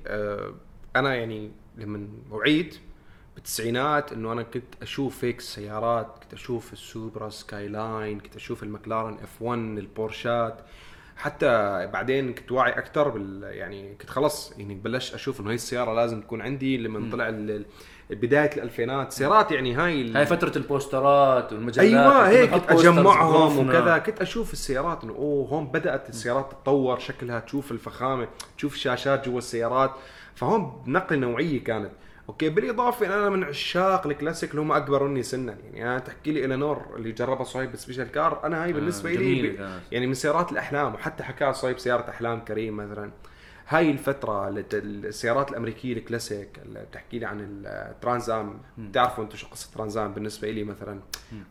[SPEAKER 2] انا يعني لما وعيت بالتسعينات انه انا كنت اشوف هيك السيارات كنت اشوف السوبرا سكاي لاين كنت اشوف المكلارن اف 1 البورشات حتى بعدين كنت واعي اكثر بال يعني كنت خلص يعني بلشت اشوف انه هي السياره لازم تكون عندي لما طلع ال- ال- بدايه الالفينات سيارات يعني هاي ال-
[SPEAKER 1] هاي فتره البوسترات والمجلات
[SPEAKER 2] ايوه
[SPEAKER 1] كنا
[SPEAKER 2] هيك
[SPEAKER 1] نحط
[SPEAKER 2] كنت
[SPEAKER 1] بوسترز
[SPEAKER 2] اجمعهم
[SPEAKER 1] بغرفنا.
[SPEAKER 2] وكذا كنت اشوف السيارات انه اوه هون بدات السيارات تتطور شكلها تشوف الفخامه تشوف الشاشات جوا السيارات فهون نقله نوعيه كانت اوكي بالاضافه إن انا من عشاق الكلاسيك اللي هم اكبر مني سنا يعني انا تحكي لي الينور اللي جربها صهيب بالسبيشال كار انا هاي بالنسبه لي
[SPEAKER 1] آه، جميلة
[SPEAKER 2] ب-
[SPEAKER 1] كانت.
[SPEAKER 2] يعني من سيارات الاحلام وحتى حكاها صهيب سياره احلام كريم مثلا هاي الفترة لت- السيارات الامريكية الكلاسيك اللي بتحكي لي عن الترانزام بتعرفوا انتم شو قصة ترانزام بالنسبة لي مثلا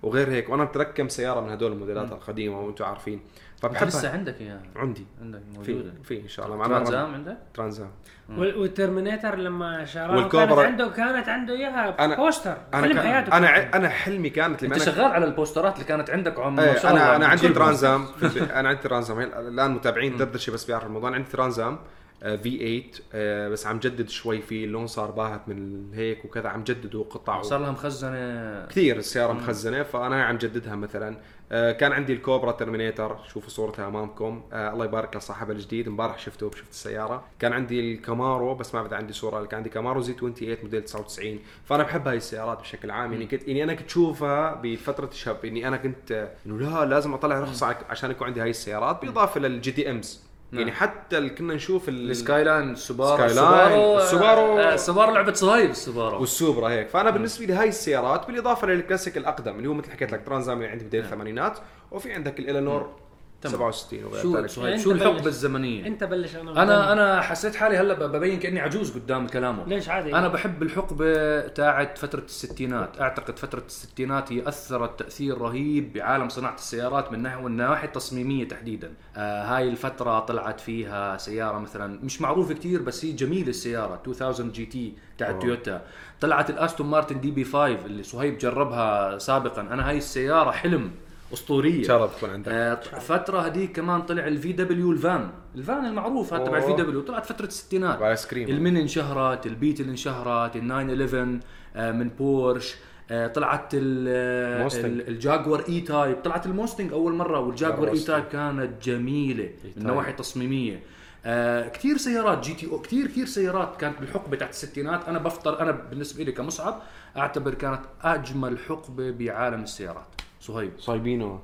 [SPEAKER 2] وغير هيك وانا مترك كم سيارة من هدول الموديلات القديمة وانتم عارفين
[SPEAKER 1] لسه
[SPEAKER 2] فبحبها
[SPEAKER 1] عندك اياها
[SPEAKER 2] عندي
[SPEAKER 1] عندك موجوده
[SPEAKER 2] في في ان شاء الله معنا
[SPEAKER 1] ترانزام عندك؟
[SPEAKER 2] ترانزام
[SPEAKER 4] وال- والترمينيتر لما شراها
[SPEAKER 2] والكوبرا.
[SPEAKER 4] كانت عنده كانت عنده اياها
[SPEAKER 2] أنا-
[SPEAKER 4] بوستر
[SPEAKER 2] انا
[SPEAKER 4] فيلم
[SPEAKER 2] كان-
[SPEAKER 4] حياته
[SPEAKER 2] انا
[SPEAKER 4] كله.
[SPEAKER 2] ع- انا حلمي كانت لما
[SPEAKER 1] انت
[SPEAKER 2] انا
[SPEAKER 1] شغال على البوسترات اللي كانت عندك عم ما
[SPEAKER 2] ايه
[SPEAKER 1] شاء الله
[SPEAKER 2] انا انا عندي
[SPEAKER 1] كل [laughs]
[SPEAKER 2] ترانزام انا عندي ترانزام هي الان متابعين دردشه بس بيعرفوا الموضوع أنا عندي ترانزام آه، في 8 آه، بس عم جدد شوي فيه اللون صار باهت من هيك وكذا عم جدده قطع
[SPEAKER 1] صار لها مخزنه
[SPEAKER 2] كثير السياره مخزنه فانا عم جددها مثلا آه، كان عندي الكوبرا ترمينيتر شوفوا صورتها امامكم آه، الله يبارك لصاحبها الجديد امبارح شفته شفت السياره كان عندي الكامارو بس ما بعد عندي صوره كان عندي كامارو زي 28 موديل 99 فانا بحب هاي السيارات بشكل عام يعني كنت يعني انا كنت شوفها بفتره يعني الشاب اني انا كنت آه، انه لا لازم اطلع رخصه عشان يكون عندي هاي السيارات بالاضافه للجي تي امز يعني حتى اللي كنا نشوف ال-
[SPEAKER 1] السكاي لاين سوبارو
[SPEAKER 2] سكاي
[SPEAKER 1] سوبارو-
[SPEAKER 2] لاين، السوبارو-
[SPEAKER 1] آه، سوبارو لعبه صهيب السوبارو
[SPEAKER 2] والسوبرا هيك فانا بالنسبه لي هاي السيارات بالاضافه للكلاسيك الاقدم اللي هو مثل حكيت لك ترانزام اللي عندي بدايه الثمانينات وفي عندك الالينور 67 وغير
[SPEAKER 1] شو
[SPEAKER 2] ذلك.
[SPEAKER 1] صهيب
[SPEAKER 4] أنت
[SPEAKER 1] شو
[SPEAKER 4] بلش.
[SPEAKER 1] الحقبه الزمنيه
[SPEAKER 4] انت بلش انا
[SPEAKER 1] انا انا حسيت حالي هلا ب- ببين كاني عجوز قدام كلامه
[SPEAKER 4] ليش عادي
[SPEAKER 1] انا بحب الحقبه تاعت فتره الستينات اعتقد فتره الستينات هي اثرت تاثير رهيب بعالم صناعه السيارات من ناحيه النواحي التصميميه تحديدا آه هاي الفتره طلعت فيها سياره مثلا مش معروفه كتير بس هي جميله السياره 2000 جي تي
[SPEAKER 2] أوه.
[SPEAKER 1] تاعت تويوتا طلعت الاستون مارتن دي بي 5 اللي صهيب جربها سابقا انا هاي السياره حلم اسطوريه
[SPEAKER 2] ان شاء الله بتكون عندك
[SPEAKER 1] آه، فترة هذيك كمان طلع الفي دبليو الفان، الفان المعروف هذا تبع الفي
[SPEAKER 2] أوه.
[SPEAKER 1] دبليو طلعت فترة الستينات
[SPEAKER 2] بايس كريم
[SPEAKER 1] المين انشهرت، البيتل انشهرت، ال 911 آه، من بورش آه، طلعت ال- آه،
[SPEAKER 2] موستنج.
[SPEAKER 1] ال- الجاكور اي تايب، طلعت الموستنج اول مرة والجاكور اي
[SPEAKER 2] الموستنج.
[SPEAKER 1] تايب كانت جميلة من
[SPEAKER 2] تايب.
[SPEAKER 1] نواحي تصميمية آه كثير سيارات جي تي او كثير كثير سيارات كانت بالحقبه تحت الستينات انا بفطر انا بالنسبه لي كمصعب اعتبر كانت اجمل حقبه بعالم السيارات صهيب
[SPEAKER 2] صايبينه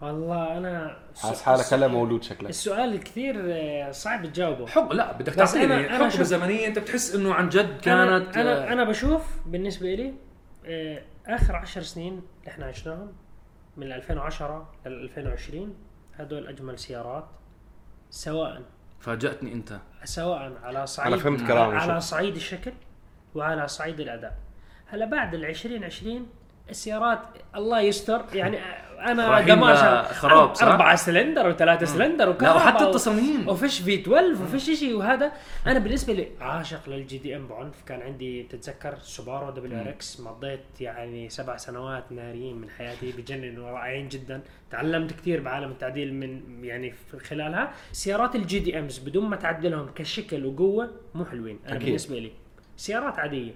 [SPEAKER 4] والله انا
[SPEAKER 2] حاس حالك هلا مولود شكلك
[SPEAKER 4] السؤال كثير آه، صعب تجاوبه
[SPEAKER 1] حق لا بدك
[SPEAKER 4] بس
[SPEAKER 1] تعطيني
[SPEAKER 4] أنا- أنا
[SPEAKER 1] حقبه
[SPEAKER 4] شوف-
[SPEAKER 1] زمنيه انت بتحس انه عن جد
[SPEAKER 4] كانت
[SPEAKER 1] كانت آه،
[SPEAKER 4] انا انا بشوف بالنسبه لي آه، اخر عشر سنين اللي احنا عشناهم من 2010 لل 2020 هدول اجمل سيارات سواء
[SPEAKER 1] فاجأتني انت
[SPEAKER 4] سواء على صعيد
[SPEAKER 2] أنا فهمت كلامه،
[SPEAKER 4] على, على
[SPEAKER 2] شوف.
[SPEAKER 4] صعيد الشكل وعلى صعيد الاداء هلا بعد ال 2020 السيارات الله يستر يعني انا
[SPEAKER 1] رايحين
[SPEAKER 4] دماشة
[SPEAKER 1] لخراب، آه، صح؟
[SPEAKER 4] اربعه سلندر وثلاثه سلندر
[SPEAKER 1] لا
[SPEAKER 4] وكهرباء
[SPEAKER 1] وحتى
[SPEAKER 4] و-
[SPEAKER 1] التصاميم
[SPEAKER 4] وفيش في 12 وفيش شيء وهذا انا بالنسبه لي عاشق للجي دي ام بعنف كان عندي بتتذكر سوبارو دبليو ار اكس مضيت يعني سبع سنوات ناريين من حياتي بجنن ورائعين جدا تعلمت كثير بعالم التعديل من يعني في خلالها سيارات الجي دي امز بدون ما تعدلهم كشكل وقوه مو حلوين انا
[SPEAKER 2] أكيد.
[SPEAKER 4] بالنسبه لي سيارات عاديه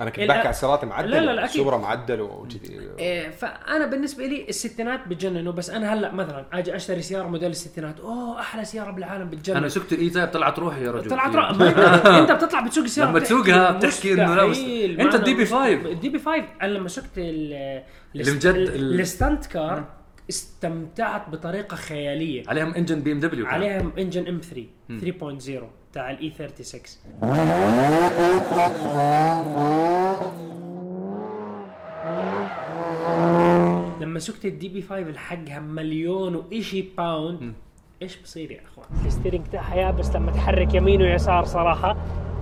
[SPEAKER 2] انا
[SPEAKER 4] لا-
[SPEAKER 2] كنت بحكي على سيارات معدله
[SPEAKER 4] لا- لا- لا، أكيد.
[SPEAKER 2] سوبرا معدل وجدي
[SPEAKER 4] إيه، فانا بالنسبه لي الستينات بتجننوا بس انا هلا مثلا اجي اشتري سياره موديل الستينات اوه احلى سياره بالعالم بتجنن
[SPEAKER 1] انا سكت الاي تايب طلعت روحي يا رجل إيه.
[SPEAKER 4] طلعت رأ... ما
[SPEAKER 1] [laughs]
[SPEAKER 4] انت بتطلع بتسوق السياره
[SPEAKER 1] لما
[SPEAKER 4] بتحكي
[SPEAKER 1] تسوقها بتحكي إنه لا، بس-
[SPEAKER 4] مستحيل،
[SPEAKER 1] أنت
[SPEAKER 4] ما أنا-
[SPEAKER 1] الدي بي فايف.
[SPEAKER 4] الدي بي 5 انا لما سقت ال
[SPEAKER 1] اللي مجد- ال-
[SPEAKER 4] الستانت كار استمتعت بطريقه خياليه
[SPEAKER 1] عليهم انجن بي ام دبليو
[SPEAKER 4] عليها انجن ام 3 3.0 تاع E الاي 36 لما سكت الدي بي 5 الحقها مليون وإشي باوند ايش بصير يا اخوان؟ الستيرنج تاعها يابس لما تحرك يمين ويسار صراحه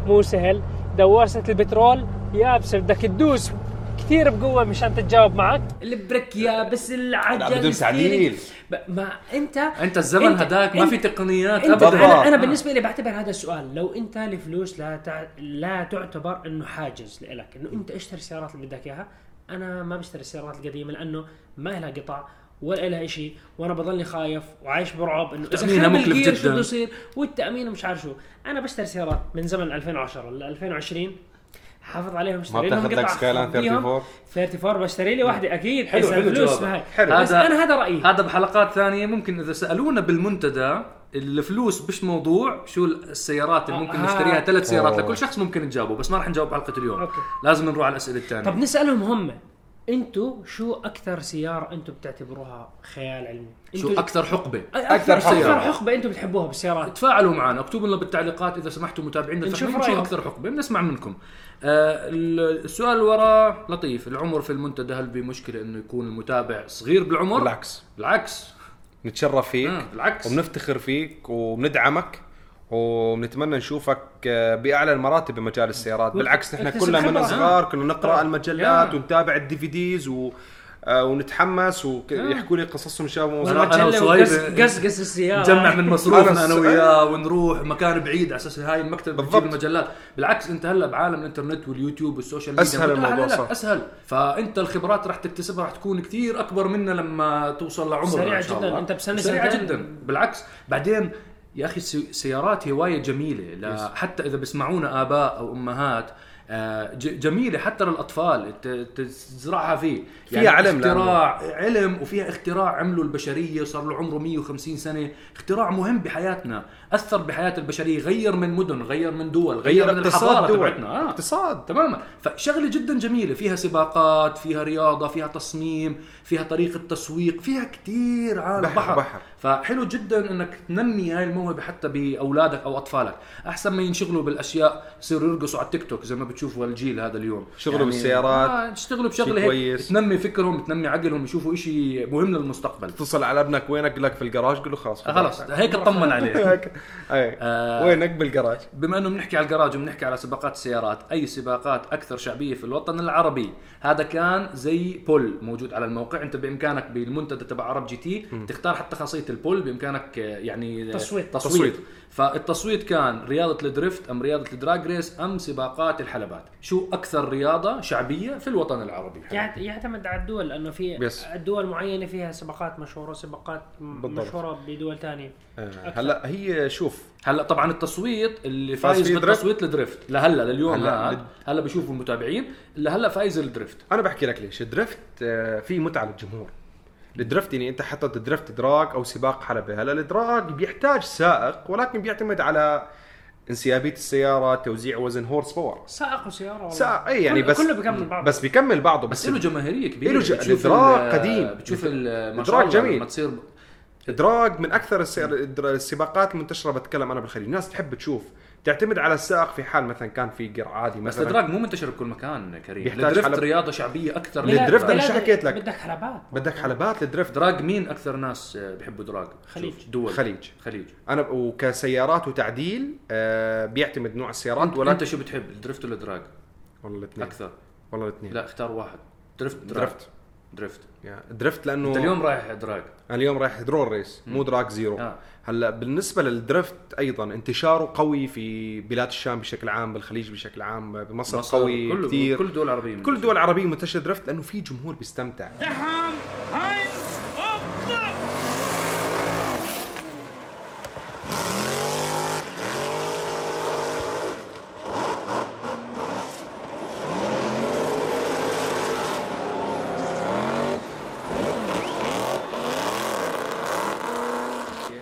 [SPEAKER 4] مو سهل دواسه البترول يابسه بدك تدوس كثير بقوه مشان تتجاوب معك البريك يابس العجل
[SPEAKER 2] لا، بدون
[SPEAKER 4] الsteering.
[SPEAKER 2] تعديل.
[SPEAKER 4] ب- ما انت
[SPEAKER 1] انت الزمن
[SPEAKER 4] أنت-
[SPEAKER 1] هداك ما
[SPEAKER 4] أنت-
[SPEAKER 1] في تقنيات
[SPEAKER 4] انت
[SPEAKER 1] ابدا
[SPEAKER 2] بالضبط.
[SPEAKER 4] انا انا
[SPEAKER 2] آه.
[SPEAKER 4] بالنسبه لي بعتبر هذا السؤال لو انت الفلوس لا تع... لا تعتبر انه حاجز لك انه انت اشتري السيارات اللي بدك اياها انا ما بشتري السيارات القديمه لانه ما لها قطع ولا لها شيء وانا بضلني خايف وعايش برعب انه اذا
[SPEAKER 1] تأمينها
[SPEAKER 4] خرب
[SPEAKER 1] مكلف
[SPEAKER 4] الجير شو
[SPEAKER 1] جداً.
[SPEAKER 4] بده يصير والتامين ومش عارف شو انا بشتري سيارات من زمن 2010 ل 2020 حافظ عليهم اشتري لهم
[SPEAKER 2] بتاخد لك
[SPEAKER 4] قطع
[SPEAKER 2] سكاي لاين
[SPEAKER 4] أخبيهم.
[SPEAKER 2] 34
[SPEAKER 4] 34 بشتري لي واحده اكيد
[SPEAKER 1] حلو،
[SPEAKER 4] إذا
[SPEAKER 1] حلو
[SPEAKER 4] الفلوس
[SPEAKER 1] جوابك.
[SPEAKER 4] معي.
[SPEAKER 2] حلو.
[SPEAKER 4] بس
[SPEAKER 1] هذا-
[SPEAKER 4] انا هذا رايي
[SPEAKER 1] هذا بحلقات ثانيه ممكن اذا سالونا بالمنتدى الفلوس مش موضوع شو السيارات اللي ممكن
[SPEAKER 4] آه.
[SPEAKER 1] نشتريها ثلاث سيارات
[SPEAKER 2] أوه.
[SPEAKER 1] لكل شخص ممكن نجاوبه بس ما راح نجاوب حلقه اليوم
[SPEAKER 4] أوكي.
[SPEAKER 1] لازم نروح على الاسئله الثانيه
[SPEAKER 4] طب
[SPEAKER 2] يعني.
[SPEAKER 4] نسالهم هم انتوا شو اكثر سياره انتوا بتعتبروها خيال علمي
[SPEAKER 1] شو
[SPEAKER 4] انتوا-
[SPEAKER 1] اكثر حقبه
[SPEAKER 4] اكثر
[SPEAKER 2] أكثر
[SPEAKER 4] حقبه
[SPEAKER 2] سيارة.
[SPEAKER 4] اكثر حقبه انتوا بتحبوها بالسيارات
[SPEAKER 1] تفاعلوا معنا اكتبوا لنا بالتعليقات اذا سمحتوا متابعينا
[SPEAKER 4] نشوف
[SPEAKER 1] الفنانين، شو
[SPEAKER 4] رأيهم.
[SPEAKER 1] اكثر حقبه بنسمع منكم آه ال- السؤال اللي وراه لطيف العمر في المنتدى هل بمشكله انه يكون المتابع صغير بالعمر
[SPEAKER 2] بالعكس
[SPEAKER 1] بالعكس
[SPEAKER 2] نتشرف فيك
[SPEAKER 1] آه، بالعكس
[SPEAKER 2] وبنفتخر فيك وبندعمك وبنتمنى نشوفك آه، باعلى المراتب بمجال السيارات بالعكس نحن
[SPEAKER 4] اكتسب
[SPEAKER 2] كلنا
[SPEAKER 4] خبرة.
[SPEAKER 2] من صغار كنا
[SPEAKER 1] آه.
[SPEAKER 2] نقرا المجلات
[SPEAKER 1] يا.
[SPEAKER 2] ونتابع الدي في ديز و آه، ونتحمس ويحكوا لي قصصهم شافوا
[SPEAKER 1] أنا- أنا
[SPEAKER 4] والمجلة
[SPEAKER 1] وصهيب
[SPEAKER 2] يعني
[SPEAKER 4] وقص- قصقص السياره
[SPEAKER 1] نجمع من مصروفنا
[SPEAKER 2] أنا
[SPEAKER 1] انا
[SPEAKER 2] الس-
[SPEAKER 1] وياه ونروح مكان بعيد على اساس هاي المكتب بتجيب
[SPEAKER 2] بالضبط.
[SPEAKER 1] المجلات بالعكس انت هلا بعالم الانترنت واليوتيوب والسوشيال ميديا
[SPEAKER 2] أسهل
[SPEAKER 1] متاح
[SPEAKER 2] الموضوع،
[SPEAKER 1] لك،
[SPEAKER 2] صح.
[SPEAKER 1] اسهل فانت الخبرات راح تكتسبها راح تكون كثير اكبر منا لما توصل لعمرنا
[SPEAKER 4] سريعة
[SPEAKER 1] إن شاء
[SPEAKER 4] جداً،
[SPEAKER 1] الله.
[SPEAKER 4] أنت بسنة
[SPEAKER 1] سريعه
[SPEAKER 4] سنتين.
[SPEAKER 1] جدا بالعكس بعدين يا اخي السي- السيارات هوايه جميله لا حتى اذا بيسمعونا اباء او امهات آه، ج- جميله حتى للاطفال ت- ت- تزرعها فيه يعني
[SPEAKER 2] فيها علم لأنه.
[SPEAKER 1] اختراع علم وفيها اختراع عمله البشريه صار له عمره 150 سنه اختراع مهم بحياتنا اثر بحياه البشريه غير من مدن غير من دول غير, من الحضاره تبعتنا آه.
[SPEAKER 2] اقتصاد
[SPEAKER 1] تماما فشغله جدا جميله فيها سباقات فيها رياضه فيها تصميم فيها طريقه تسويق فيها كتير عالم
[SPEAKER 2] بحر-
[SPEAKER 1] بحر,
[SPEAKER 2] بحر.
[SPEAKER 1] فحلو جدا انك تنمي هاي الموهبه حتى باولادك او اطفالك احسن ما ينشغلوا بالاشياء يصيروا يرقصوا على التيك توك زي ما بتشوفوا الجيل هذا اليوم
[SPEAKER 2] شغلوا بالسيارات،
[SPEAKER 1] آه يشتغلوا
[SPEAKER 2] شي
[SPEAKER 1] بشغله هيك
[SPEAKER 2] كويس.
[SPEAKER 1] تنمي فكرهم تنمي عقلهم يشوفوا إشي مهم للمستقبل
[SPEAKER 2] اتصل على ابنك وينك يقول لك في الجراج قول له خلاص [laughs]
[SPEAKER 1] آه، خلص هيك اطمن عليه
[SPEAKER 2] هيك أي.
[SPEAKER 1] آه.
[SPEAKER 2] وينك بالجراج
[SPEAKER 1] بما انه بنحكي على الجراج وبنحكي على سباقات السيارات اي سباقات اكثر شعبيه في الوطن العربي هذا كان زي بول موجود على الموقع انت بامكانك بالمنتدى تبع عرب جي تي تختار حتى خاصيه البول بامكانك آه، يعني آه،
[SPEAKER 4] تصويت.
[SPEAKER 1] تصويت
[SPEAKER 2] تصويت.
[SPEAKER 1] فالتصويت كان رياضه الدريفت ام رياضه الدراج ريس ام سباقات الحلبات شو اكثر رياضه شعبيه في الوطن العربي
[SPEAKER 4] يعت- يعتمد على الدول لانه في
[SPEAKER 2] بس.
[SPEAKER 4] الدول معينه فيها سباقات مشهوره سباقات م-
[SPEAKER 2] بالضبط.
[SPEAKER 4] مشهوره بدول ثانيه
[SPEAKER 2] آه. هلا هي شوف
[SPEAKER 1] هلا طبعا التصويت اللي فايز
[SPEAKER 2] فيه دريفت؟
[SPEAKER 1] بالتصويت الدريفت لهلا لليوم
[SPEAKER 2] هلا
[SPEAKER 1] هلا هلا بشوفوا المتابعين لهلا فايز الدريفت
[SPEAKER 2] انا بحكي لك ليش الدرفت آه، في متعه للجمهور الدرفت يعني انت حتى تدرفت دراج او سباق حلبه هلا الدراج بيحتاج سائق ولكن بيعتمد على انسيابيه السياره توزيع وزن هورس باور
[SPEAKER 4] سائق وسياره والله.
[SPEAKER 2] سائق اي يعني
[SPEAKER 4] كله-
[SPEAKER 2] بس
[SPEAKER 4] كله بيكمل بعض
[SPEAKER 2] بس بيكمل بعضه
[SPEAKER 1] بس
[SPEAKER 2] بس
[SPEAKER 1] له جماهيريه كبيره
[SPEAKER 2] إله ج-
[SPEAKER 1] بتشوف
[SPEAKER 2] الإدراك
[SPEAKER 1] ال-
[SPEAKER 2] قديم.
[SPEAKER 1] بتشوف ال- ما شاء
[SPEAKER 2] إدراك
[SPEAKER 1] الله
[SPEAKER 2] جميل.
[SPEAKER 1] لما تصير ب-
[SPEAKER 2] الدراج من اكثر السيار- الدر- السباقات المنتشره بتكلم انا بالخليج الناس تحب تشوف تعتمد على السائق في حال مثلا كان في قرع عادي
[SPEAKER 1] بس
[SPEAKER 2] مثلا
[SPEAKER 1] الادراك مو منتشر بكل مكان كريم
[SPEAKER 2] بيحتاج
[SPEAKER 1] الدريفت
[SPEAKER 2] حلب.
[SPEAKER 1] رياضه شعبيه اكثر
[SPEAKER 4] بلا-
[SPEAKER 2] للدريفت أنا
[SPEAKER 4] بلا-
[SPEAKER 2] شو حكيت لك؟
[SPEAKER 4] بدك حلبات
[SPEAKER 2] بدك حلبات للدرفت
[SPEAKER 1] دراج مين اكثر ناس آه، بيحبوا دراج؟
[SPEAKER 4] خليج.
[SPEAKER 1] شوف، دول
[SPEAKER 2] خليج.
[SPEAKER 1] خليج
[SPEAKER 2] انا ب- وكسيارات وتعديل آه بيعتمد نوع السيارات
[SPEAKER 1] ولا
[SPEAKER 2] ولا إيه.
[SPEAKER 1] انت شو بتحب الدريفت ولا دراج؟
[SPEAKER 2] والله الاثنين
[SPEAKER 1] اكثر
[SPEAKER 2] والله الاثنين
[SPEAKER 1] لا اختار واحد دريفت دراج
[SPEAKER 2] درفت
[SPEAKER 1] دريفت
[SPEAKER 2] يعني درفت لانه
[SPEAKER 1] انت اليوم رايح دراج
[SPEAKER 2] أنا اليوم رايح درون ريس مو دراك زيرو
[SPEAKER 1] آه.
[SPEAKER 2] هلا بالنسبه للدرفت ايضا انتشاره قوي في بلاد الشام بشكل عام بالخليج بشكل عام بمصر,
[SPEAKER 1] مصر،
[SPEAKER 2] قوي
[SPEAKER 1] كل
[SPEAKER 2] كثير
[SPEAKER 1] كل دول عربيه
[SPEAKER 2] كل الدول العربيه منتشر درفت لانه في جمهور بيستمتع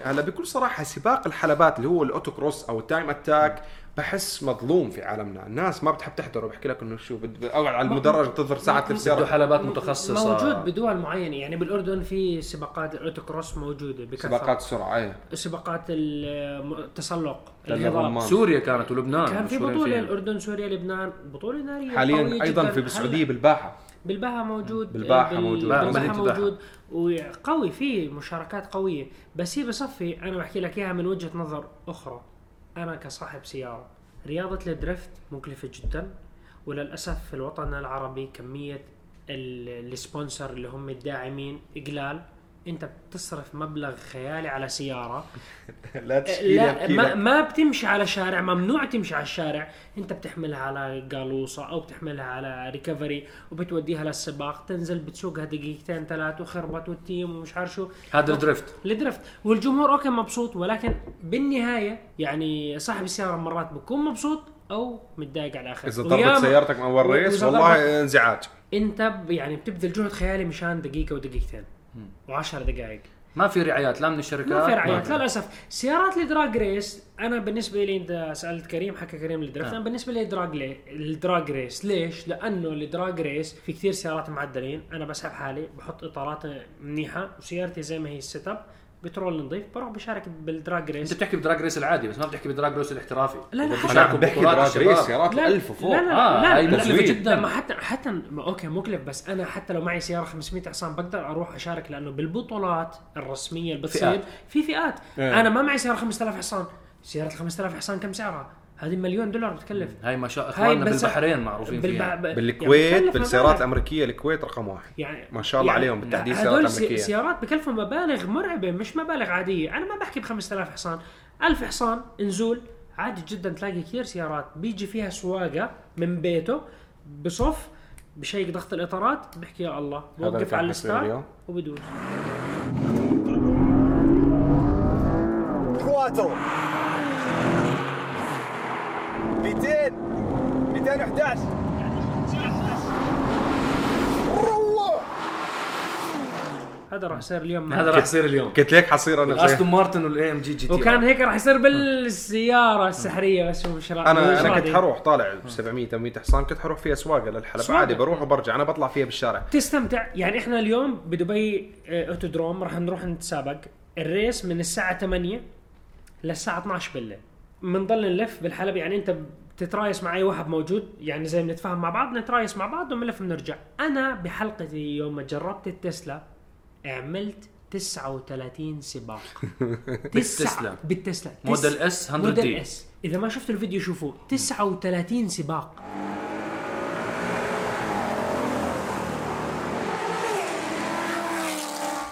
[SPEAKER 2] هلا بكل صراحه سباق الحلبات اللي هو الاوتو كروس او التايم اتاك بحس مظلوم في عالمنا الناس ما بتحب تحضره بحكي لك انه شو بد- اقعد على المدرج انتظر ساعه
[SPEAKER 1] بده
[SPEAKER 2] للسياره
[SPEAKER 1] حلبات متخصصه
[SPEAKER 4] موجود بدول معينه يعني بالاردن في سباقات الاوتو كروس موجوده بكثره
[SPEAKER 2] سباقات السرعه ايه
[SPEAKER 4] سباقات الم- التسلق
[SPEAKER 2] للعمال.
[SPEAKER 4] الهضاب
[SPEAKER 1] سوريا كانت ولبنان
[SPEAKER 4] كان في
[SPEAKER 1] مشهورين
[SPEAKER 4] بطوله
[SPEAKER 1] فيها.
[SPEAKER 4] الاردن سوريا لبنان بطوله ناريه قوية
[SPEAKER 2] حاليا ايضا
[SPEAKER 4] جداً.
[SPEAKER 2] في
[SPEAKER 4] هلا
[SPEAKER 2] بالسعوديه بالباحه
[SPEAKER 4] بالباحه موجود
[SPEAKER 2] بالباحة
[SPEAKER 4] بال-
[SPEAKER 2] موجود.
[SPEAKER 1] منظومة
[SPEAKER 4] بالباحه
[SPEAKER 1] الباحة.
[SPEAKER 4] موجود وقوي في مشاركات قويه بس هي بصفي انا بحكي لك اياها من وجهه نظر اخرى انا كصاحب سياره رياضه الدريفت مكلفه جدا وللاسف في الوطن العربي كميه ال- السبونسر اللي هم الداعمين قلال انت بتصرف مبلغ خيالي على سياره
[SPEAKER 2] لا تشكي لي
[SPEAKER 4] لا
[SPEAKER 2] أبكي
[SPEAKER 4] ما,
[SPEAKER 2] لك.
[SPEAKER 4] ما بتمشي على شارع ممنوع تمشي على الشارع انت بتحملها على قالوصة او بتحملها على ريكفري وبتوديها للسباق تنزل بتسوقها دقيقتين ثلاث وخربت والتيم ومش عارف شو
[SPEAKER 1] هذا الدريفت
[SPEAKER 4] الدرفت والجمهور اوكي مبسوط ولكن بالنهايه يعني صاحب السياره مرات بكون مبسوط او متضايق على الاخر
[SPEAKER 2] اذا
[SPEAKER 4] وياما-
[SPEAKER 2] ضربت سيارتك من اول
[SPEAKER 4] و-
[SPEAKER 2] ريس
[SPEAKER 4] وإذا
[SPEAKER 2] والله انزعاج
[SPEAKER 4] انت ب- يعني بتبذل جهد خيالي مشان دقيقه ودقيقتين وعشر دقائق
[SPEAKER 1] ما في رعايات لا من الشركات
[SPEAKER 4] ما في
[SPEAKER 1] ما
[SPEAKER 4] رعايات للاسف يعني. سيارات الدراج ريس انا بالنسبه لي انت سالت كريم حكى كريم الدراج انا بالنسبه لي دراج لي الدراج ريس ليش؟ لانه الدراج ريس في كثير سيارات معدلين انا بسحب حالي بحط اطارات منيحه وسيارتي زي ما هي السيت اب بترول نظيف بروح بشارك بالدراج
[SPEAKER 1] انت
[SPEAKER 4] ريس
[SPEAKER 1] بتحكي بدراج ريس العادي بس ما بتحكي بدراج ريس الاحترافي
[SPEAKER 4] لا، لا،
[SPEAKER 1] إذا
[SPEAKER 4] حتى-
[SPEAKER 1] بدكم
[SPEAKER 2] انا عم بحكي
[SPEAKER 1] بطولات
[SPEAKER 2] دراج
[SPEAKER 1] الشباب.
[SPEAKER 2] ريس سيارات الالف وفوق
[SPEAKER 4] لا لا
[SPEAKER 1] آه،
[SPEAKER 4] لا,
[SPEAKER 1] هاي
[SPEAKER 4] لا,
[SPEAKER 1] مكلفة
[SPEAKER 4] لا, لا
[SPEAKER 1] جداً.
[SPEAKER 4] ما حتى حتى ما اوكي مكلف بس انا حتى لو معي سياره 500 حصان بقدر اروح اشارك لانه بالبطولات الرسميه اللي بتصير
[SPEAKER 1] فئات.
[SPEAKER 4] في فئات
[SPEAKER 2] إيه.
[SPEAKER 4] انا ما معي سياره 5000 حصان سياره 5000 حصان كم سعرها؟ هذه مليون دولار بتكلف
[SPEAKER 1] هاي ما شاء
[SPEAKER 4] هاي
[SPEAKER 1] اخواننا
[SPEAKER 4] بس-
[SPEAKER 1] إيه. بالبحرين معروفين فيها
[SPEAKER 4] ب- يعني
[SPEAKER 2] بالكويت
[SPEAKER 4] بتكلف
[SPEAKER 2] بالسيارات
[SPEAKER 4] مبالغ.
[SPEAKER 2] الامريكيه الكويت رقم واحد
[SPEAKER 4] يعني
[SPEAKER 2] ما شاء الله
[SPEAKER 4] يعني
[SPEAKER 2] عليهم بالتحديد سيارات
[SPEAKER 4] هدول سي-
[SPEAKER 2] امريكيه
[SPEAKER 4] سيارات بكلفوا مبالغ مرعبه مش مبالغ عاديه انا ما بحكي ب 5000 حصان 1000 حصان نزول عادي جدا تلاقي كثير سيارات بيجي فيها سواقه من بيته بصف بشيك ضغط الاطارات بحكي يا الله
[SPEAKER 2] اللي
[SPEAKER 4] بوقف
[SPEAKER 2] كان
[SPEAKER 4] على
[SPEAKER 2] حسبي اليوم.
[SPEAKER 4] الستار وبدوس
[SPEAKER 3] كواترو 200 200 211
[SPEAKER 4] هذا راح يصير اليوم معنا.
[SPEAKER 1] هذا راح يصير اليوم
[SPEAKER 2] قلت لك حصير انا زي
[SPEAKER 1] استون مارتن والاي ام جي جي تي
[SPEAKER 4] وكان هيك راح يصير بالسياره السحريه بس هو مش راح مش
[SPEAKER 2] انا انا
[SPEAKER 4] راضي.
[SPEAKER 2] كنت حروح طالع 700 800 حصان كنت حروح فيها سواقه للحلب
[SPEAKER 4] سواقة.
[SPEAKER 2] عادي بروح وبرجع انا بطلع فيها بالشارع
[SPEAKER 4] تستمتع يعني احنا اليوم بدبي آه، اوتودروم راح نروح نتسابق الريس من الساعه 8 للساعه 12 بالليل بنضل نلف بالحلبة يعني انت بتترايس مع اي واحد موجود يعني زي بنتفاهم مع بعض نترايس مع بعض وبنلف بنرجع انا بحلقتي يوم ما جربت التسلا عملت
[SPEAKER 1] [laughs]
[SPEAKER 4] 39 سباق
[SPEAKER 1] بالتسلا.
[SPEAKER 4] تسعة- بالتسلا
[SPEAKER 1] موديل S 100D.
[SPEAKER 4] موديل اس اذا ما شفتوا الفيديو شوفوه 39 سباق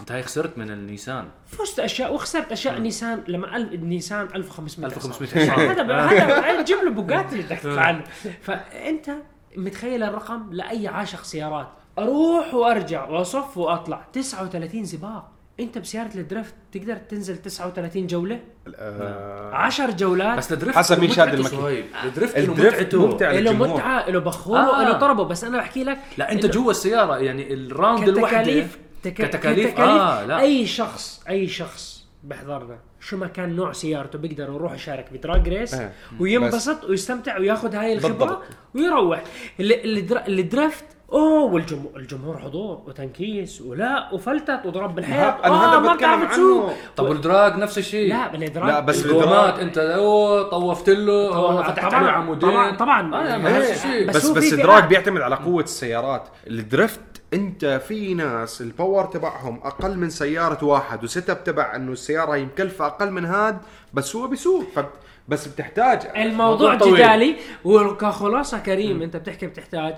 [SPEAKER 1] انت هاي خسرت من النيسان
[SPEAKER 4] فزت اشياء وخسرت اشياء نيسان لما أل... نيسان 1500
[SPEAKER 1] 1500
[SPEAKER 4] حصان.
[SPEAKER 1] حصان.
[SPEAKER 4] هذا
[SPEAKER 1] [laughs]
[SPEAKER 4] هذا جيب له بوجاتي اللي بدك تدفع عنه فانت متخيل الرقم لاي عاشق سيارات اروح وارجع واصف واطلع 39 سباق انت بسياره الدريفت تقدر تنزل 39 جوله
[SPEAKER 2] آه،
[SPEAKER 4] 10 جولات
[SPEAKER 1] بس الدريفت
[SPEAKER 2] حسب مين شاد
[SPEAKER 1] متعته
[SPEAKER 2] المكنة.
[SPEAKER 1] صهيب. الدريفت له
[SPEAKER 2] الدريفت
[SPEAKER 1] متعته
[SPEAKER 2] ممتع.
[SPEAKER 4] له
[SPEAKER 2] للجمهور.
[SPEAKER 4] متعه له بخوره
[SPEAKER 1] آه.
[SPEAKER 4] له طربه بس انا بحكي لك
[SPEAKER 1] لا
[SPEAKER 2] إيه.
[SPEAKER 1] انت جوا السياره يعني الراوند الوحده
[SPEAKER 4] كتكاليف تك...
[SPEAKER 1] كتكاليف,
[SPEAKER 4] كتكاليف,
[SPEAKER 1] اه لا
[SPEAKER 4] اي شخص اي شخص بحضرنا شو ما كان نوع سيارته بيقدر يروح يشارك بدراج ريس
[SPEAKER 2] إيه.
[SPEAKER 4] وينبسط ويستمتع وياخذ هاي الخبره
[SPEAKER 2] بالضبط.
[SPEAKER 4] ويروح اللي- اللي در- اللي درفت اوه والجمهور الجمهور حضور وتنكيس ولا وفلتت وضرب بالحيط
[SPEAKER 2] أنا هذا
[SPEAKER 4] اه
[SPEAKER 2] بتكلم
[SPEAKER 4] ما بتعرف
[SPEAKER 2] عنه.
[SPEAKER 4] تسوق
[SPEAKER 1] طب والدراج نفس الشيء
[SPEAKER 4] لا بالدراج
[SPEAKER 2] لا، بس
[SPEAKER 1] القوامات انت اوه طوفت له
[SPEAKER 4] طبعاً-
[SPEAKER 1] أوه، فتحت
[SPEAKER 4] طبعاً-
[SPEAKER 1] عليه عمودين
[SPEAKER 4] طبعاً- طبعاً.
[SPEAKER 1] آه،
[SPEAKER 4] إيه.
[SPEAKER 1] ما نفس الشيء
[SPEAKER 4] بس
[SPEAKER 2] بس
[SPEAKER 4] هو
[SPEAKER 2] بس
[SPEAKER 4] في
[SPEAKER 2] الدراج
[SPEAKER 4] فئات.
[SPEAKER 2] بيعتمد على قوه السيارات الدريفت انت في ناس الباور تبعهم اقل من سياره واحد وسيت اب تبع انه السياره هي مكلفه اقل من هاد بس هو بيسوق فب- بس بتحتاج
[SPEAKER 4] الموضوع
[SPEAKER 1] موضوع طويل.
[SPEAKER 4] جدالي وكخلاصه كريم انت بتحكي بتحتاج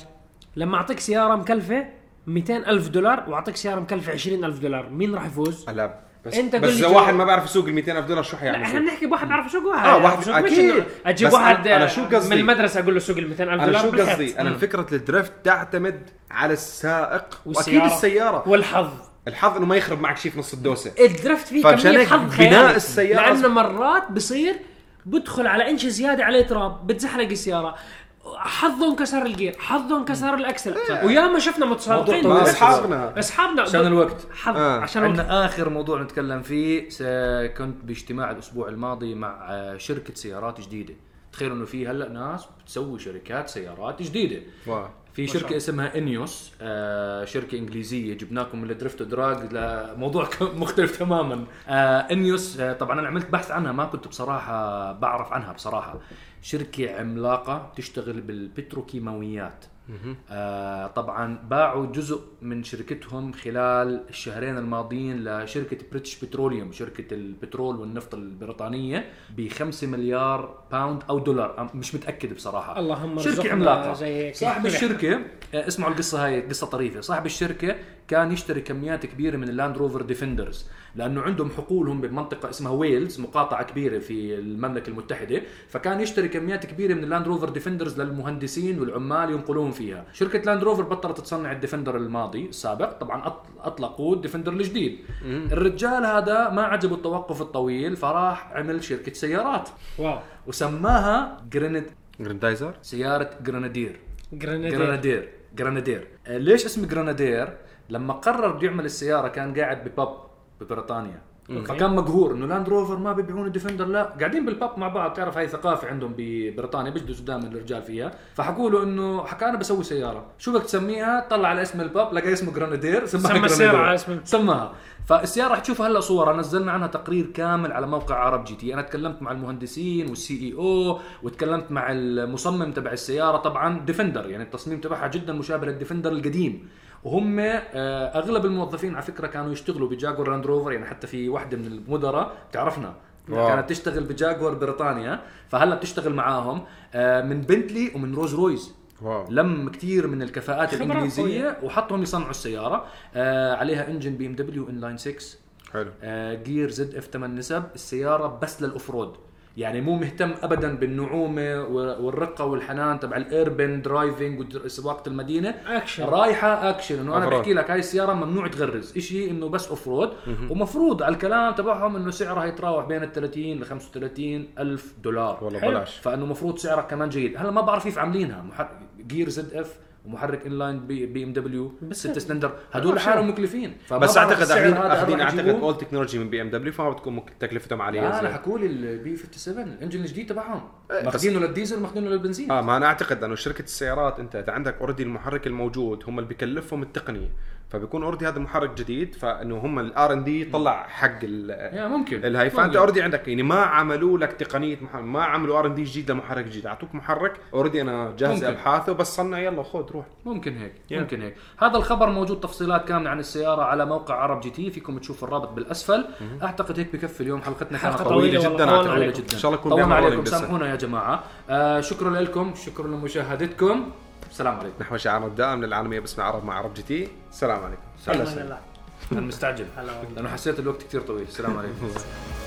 [SPEAKER 4] لما اعطيك سياره مكلفه 200 ألف دولار واعطيك سياره مكلفه 20 ألف دولار مين راح يفوز؟
[SPEAKER 2] هلا بس
[SPEAKER 4] أنت
[SPEAKER 2] بس
[SPEAKER 4] قول لي
[SPEAKER 2] اذا
[SPEAKER 4] جو-
[SPEAKER 2] واحد ما بيعرف يسوق ال 200 الف دولار شو
[SPEAKER 4] لا احنا
[SPEAKER 2] حيعمل؟
[SPEAKER 4] بنحكي بواحد بيعرف يسوق واحد
[SPEAKER 2] آه، واحد-
[SPEAKER 4] بيعرف يسوق، مش
[SPEAKER 2] أكيد.
[SPEAKER 4] إنه اجيب
[SPEAKER 2] بس
[SPEAKER 4] واحد
[SPEAKER 2] أنا- أنا
[SPEAKER 4] آه،
[SPEAKER 2] شو قصدي؟
[SPEAKER 4] من المدرسه اقول له سوق ال 200 ألف
[SPEAKER 2] انا
[SPEAKER 4] دولار
[SPEAKER 2] شو
[SPEAKER 4] بالحيط.
[SPEAKER 2] قصدي؟ انا فكره الدريفت تعتمد على السائق واكيد
[SPEAKER 4] والسيارة.
[SPEAKER 2] السياره
[SPEAKER 4] والحظ
[SPEAKER 2] الحظ انه ما يخرب معك شيء في نص الدوسه
[SPEAKER 4] إيه، الدرفت فيه
[SPEAKER 2] فمشان
[SPEAKER 4] كميه
[SPEAKER 2] هيك
[SPEAKER 4] حظ
[SPEAKER 2] بناء
[SPEAKER 4] خيالي.
[SPEAKER 2] السيارة-
[SPEAKER 4] لانه مرات بصير بدخل على انش زياده عليه تراب بتزحلق السياره حظه انكسر الجير حظه انكسر الاكسل وياما شفنا متسابقين
[SPEAKER 2] إيه. موضوع طويل.
[SPEAKER 4] بس-
[SPEAKER 2] أصحابنا.
[SPEAKER 4] اصحابنا
[SPEAKER 1] عشان الوقت.
[SPEAKER 4] حظ
[SPEAKER 2] آه.
[SPEAKER 4] عشان الوقت
[SPEAKER 1] عندنا اخر موضوع نتكلم فيه س- كنت باجتماع الاسبوع الماضي مع آه، شركه سيارات جديده تخيل انه في هلا ناس بتسوي شركات سيارات جديده
[SPEAKER 2] واو.
[SPEAKER 1] في شركه اسمها انيوس آه شركه انجليزيه جبناكم من الدريفت دراج لموضوع [laughs] مختلف تماما آه انيوس آه طبعا انا عملت بحث عنها ما كنت بصراحه بعرف عنها بصراحه شركه عملاقه تشتغل بالبتروكيماويات آه طبعا باعوا جزء من شركتهم خلال الشهرين الماضيين لشركه بريتش بتروليوم شركه البترول والنفط البريطانيه ب 5 مليار باوند او دولار أم- مش متاكد بصراحه
[SPEAKER 4] اللهم
[SPEAKER 1] شركه
[SPEAKER 4] ارزقنا
[SPEAKER 1] عملاقه
[SPEAKER 4] زي هيك.
[SPEAKER 1] صاحب
[SPEAKER 4] طلع.
[SPEAKER 1] الشركه آه، اسمعوا القصه هاي قصه طريفه صاحب الشركه كان يشتري كميات كبيره من اللاند روفر ديفندرز لانه عندهم حقولهم بمنطقه اسمها ويلز مقاطعه كبيره في المملكه المتحده فكان يشتري كميات كبيره من اللاند روفر ديفندرز للمهندسين والعمال ينقلون فيها شركه لاند روفر بطلت تصنع الديفندر الماضي السابق طبعا أط- اطلقوا الديفندر الجديد الرجال هذا ما عجبه التوقف الطويل فراح عمل شركه سيارات
[SPEAKER 4] واو
[SPEAKER 1] وسماها جرينت
[SPEAKER 2] جراندايزر
[SPEAKER 1] سياره جرنادير
[SPEAKER 4] جرانيت
[SPEAKER 1] جرانادير جرانادير آه، ليش اسم جرانادير لما قرر بده يعمل السياره كان قاعد بباب ببريطانيا فكان مقهور انه لاند روفر ما بيبيعون ديفندر لا قاعدين بالباب مع بعض تعرف هاي ثقافه عندهم ببريطانيا بيجدوا دائما الرجال فيها فحكوا له انه حكى انا بسوي سياره شو بدك تسميها طلع على اسم الباب لقى اسمه جرانادير سماها
[SPEAKER 4] سمى السيارة
[SPEAKER 1] Grenadier.
[SPEAKER 4] على اسم-
[SPEAKER 1] سماها فالسياره رح تشوفها هلا صورها نزلنا عنها تقرير كامل على موقع عرب جي تي انا تكلمت مع المهندسين والسي اي او وتكلمت مع المصمم تبع السياره طبعا ديفندر يعني التصميم تبعها جدا مشابه للديفندر القديم وهم آه، اغلب الموظفين على فكره كانوا يشتغلوا بجاكور لاند روفر يعني حتى في واحده من المدراء بتعرفنا
[SPEAKER 2] واو.
[SPEAKER 1] كانت تشتغل بجاكور بريطانيا فهلا بتشتغل معاهم آه، من بنتلي ومن روز رويز
[SPEAKER 2] واو
[SPEAKER 1] لم كثير من الكفاءات
[SPEAKER 4] خبرة
[SPEAKER 1] الانجليزيه وحطهم يصنعوا السياره آه عليها انجن بي ام دبليو ان لاين 6
[SPEAKER 2] حلو
[SPEAKER 1] آه جير زد اف 8 نسب السياره بس للاوف رود يعني مو مهتم ابدا بالنعومه والرقه والحنان تبع الايربن درايفنج وسباقه المدينه
[SPEAKER 4] اكشن
[SPEAKER 1] رايحه اكشن انه انا
[SPEAKER 2] أوفرول.
[SPEAKER 1] بحكي لك هاي السياره ممنوع تغرز شيء انه بس اوف رود ومفروض على الكلام تبعهم انه سعرها يتراوح بين ال 30 ل 35 الف دولار
[SPEAKER 2] والله
[SPEAKER 4] حلو.
[SPEAKER 2] بلاش
[SPEAKER 1] فانه مفروض سعرها كمان جيد هلا ما بعرف كيف عاملينها محرك جير زد اف ومحرك انلاين بي, بي ام دبليو 6 سلندر هدول
[SPEAKER 2] آه،
[SPEAKER 1] لحالهم مكلفين فما
[SPEAKER 2] بس
[SPEAKER 1] بعرف
[SPEAKER 2] اعتقد
[SPEAKER 1] السعر
[SPEAKER 2] اخذين
[SPEAKER 1] هذا
[SPEAKER 2] اخذين
[SPEAKER 1] رح
[SPEAKER 2] اعتقد
[SPEAKER 1] يجيبوه.
[SPEAKER 2] اول تكنولوجي من بي ام دبليو فما بتكون ممكن تكلفتهم عاليه
[SPEAKER 1] لا انا
[SPEAKER 2] زي-
[SPEAKER 1] حكوا لي البي 57 الانجن الجديد تبعهم
[SPEAKER 2] إيه، بس-
[SPEAKER 1] ماخذينه للديزل ماخذينه للبنزين
[SPEAKER 2] اه ما انا اعتقد انه شركه السيارات انت اذا عندك اوريدي المحرك الموجود هم اللي بكلفهم التقنيه فبيكون اوريدي هذا محرك جديد فانه هم الار ان دي طلع حق ال-
[SPEAKER 1] يا ممكن
[SPEAKER 2] الهاي فانت
[SPEAKER 1] ممكن.
[SPEAKER 2] اوريدي عندك يعني ما عملوا لك تقنيه محرك ما عملوا ار ان دي جديد لمحرك جديد اعطوك محرك اوريدي انا جاهز
[SPEAKER 1] ممكن.
[SPEAKER 2] ابحاثه بس صنع يلا خذ روح
[SPEAKER 1] ممكن هيك
[SPEAKER 2] Yeah.
[SPEAKER 1] ممكن هيك هذا الخبر موجود تفصيلات كامله عن السياره على موقع عرب جي تي فيكم تشوفوا الرابط بالاسفل اعتقد هيك بكفي اليوم حلقتنا كانت
[SPEAKER 4] حلقة
[SPEAKER 1] طويله
[SPEAKER 4] طويلة
[SPEAKER 2] طويله
[SPEAKER 4] والله،
[SPEAKER 1] طويله
[SPEAKER 2] جدا
[SPEAKER 4] طولنا
[SPEAKER 2] اعتقد
[SPEAKER 4] عليكم.
[SPEAKER 1] جدا
[SPEAKER 2] ان شاء الله يكون
[SPEAKER 1] طولنا
[SPEAKER 2] بيعملوا
[SPEAKER 1] عليكم
[SPEAKER 2] رولينج بس.
[SPEAKER 1] سامحونا يا جماعه آه شكرا لكم شكرا لمشاهدتكم السلام عليكم
[SPEAKER 2] نحو شعارنا الدائم للعالميه باسم عرب مع عرب جي تي السلام عليكم
[SPEAKER 4] هلا
[SPEAKER 1] انا مستعجل
[SPEAKER 4] هلا
[SPEAKER 2] [laughs]
[SPEAKER 4] والله.
[SPEAKER 1] لانه حسيت الوقت كثير طويل السلام عليكم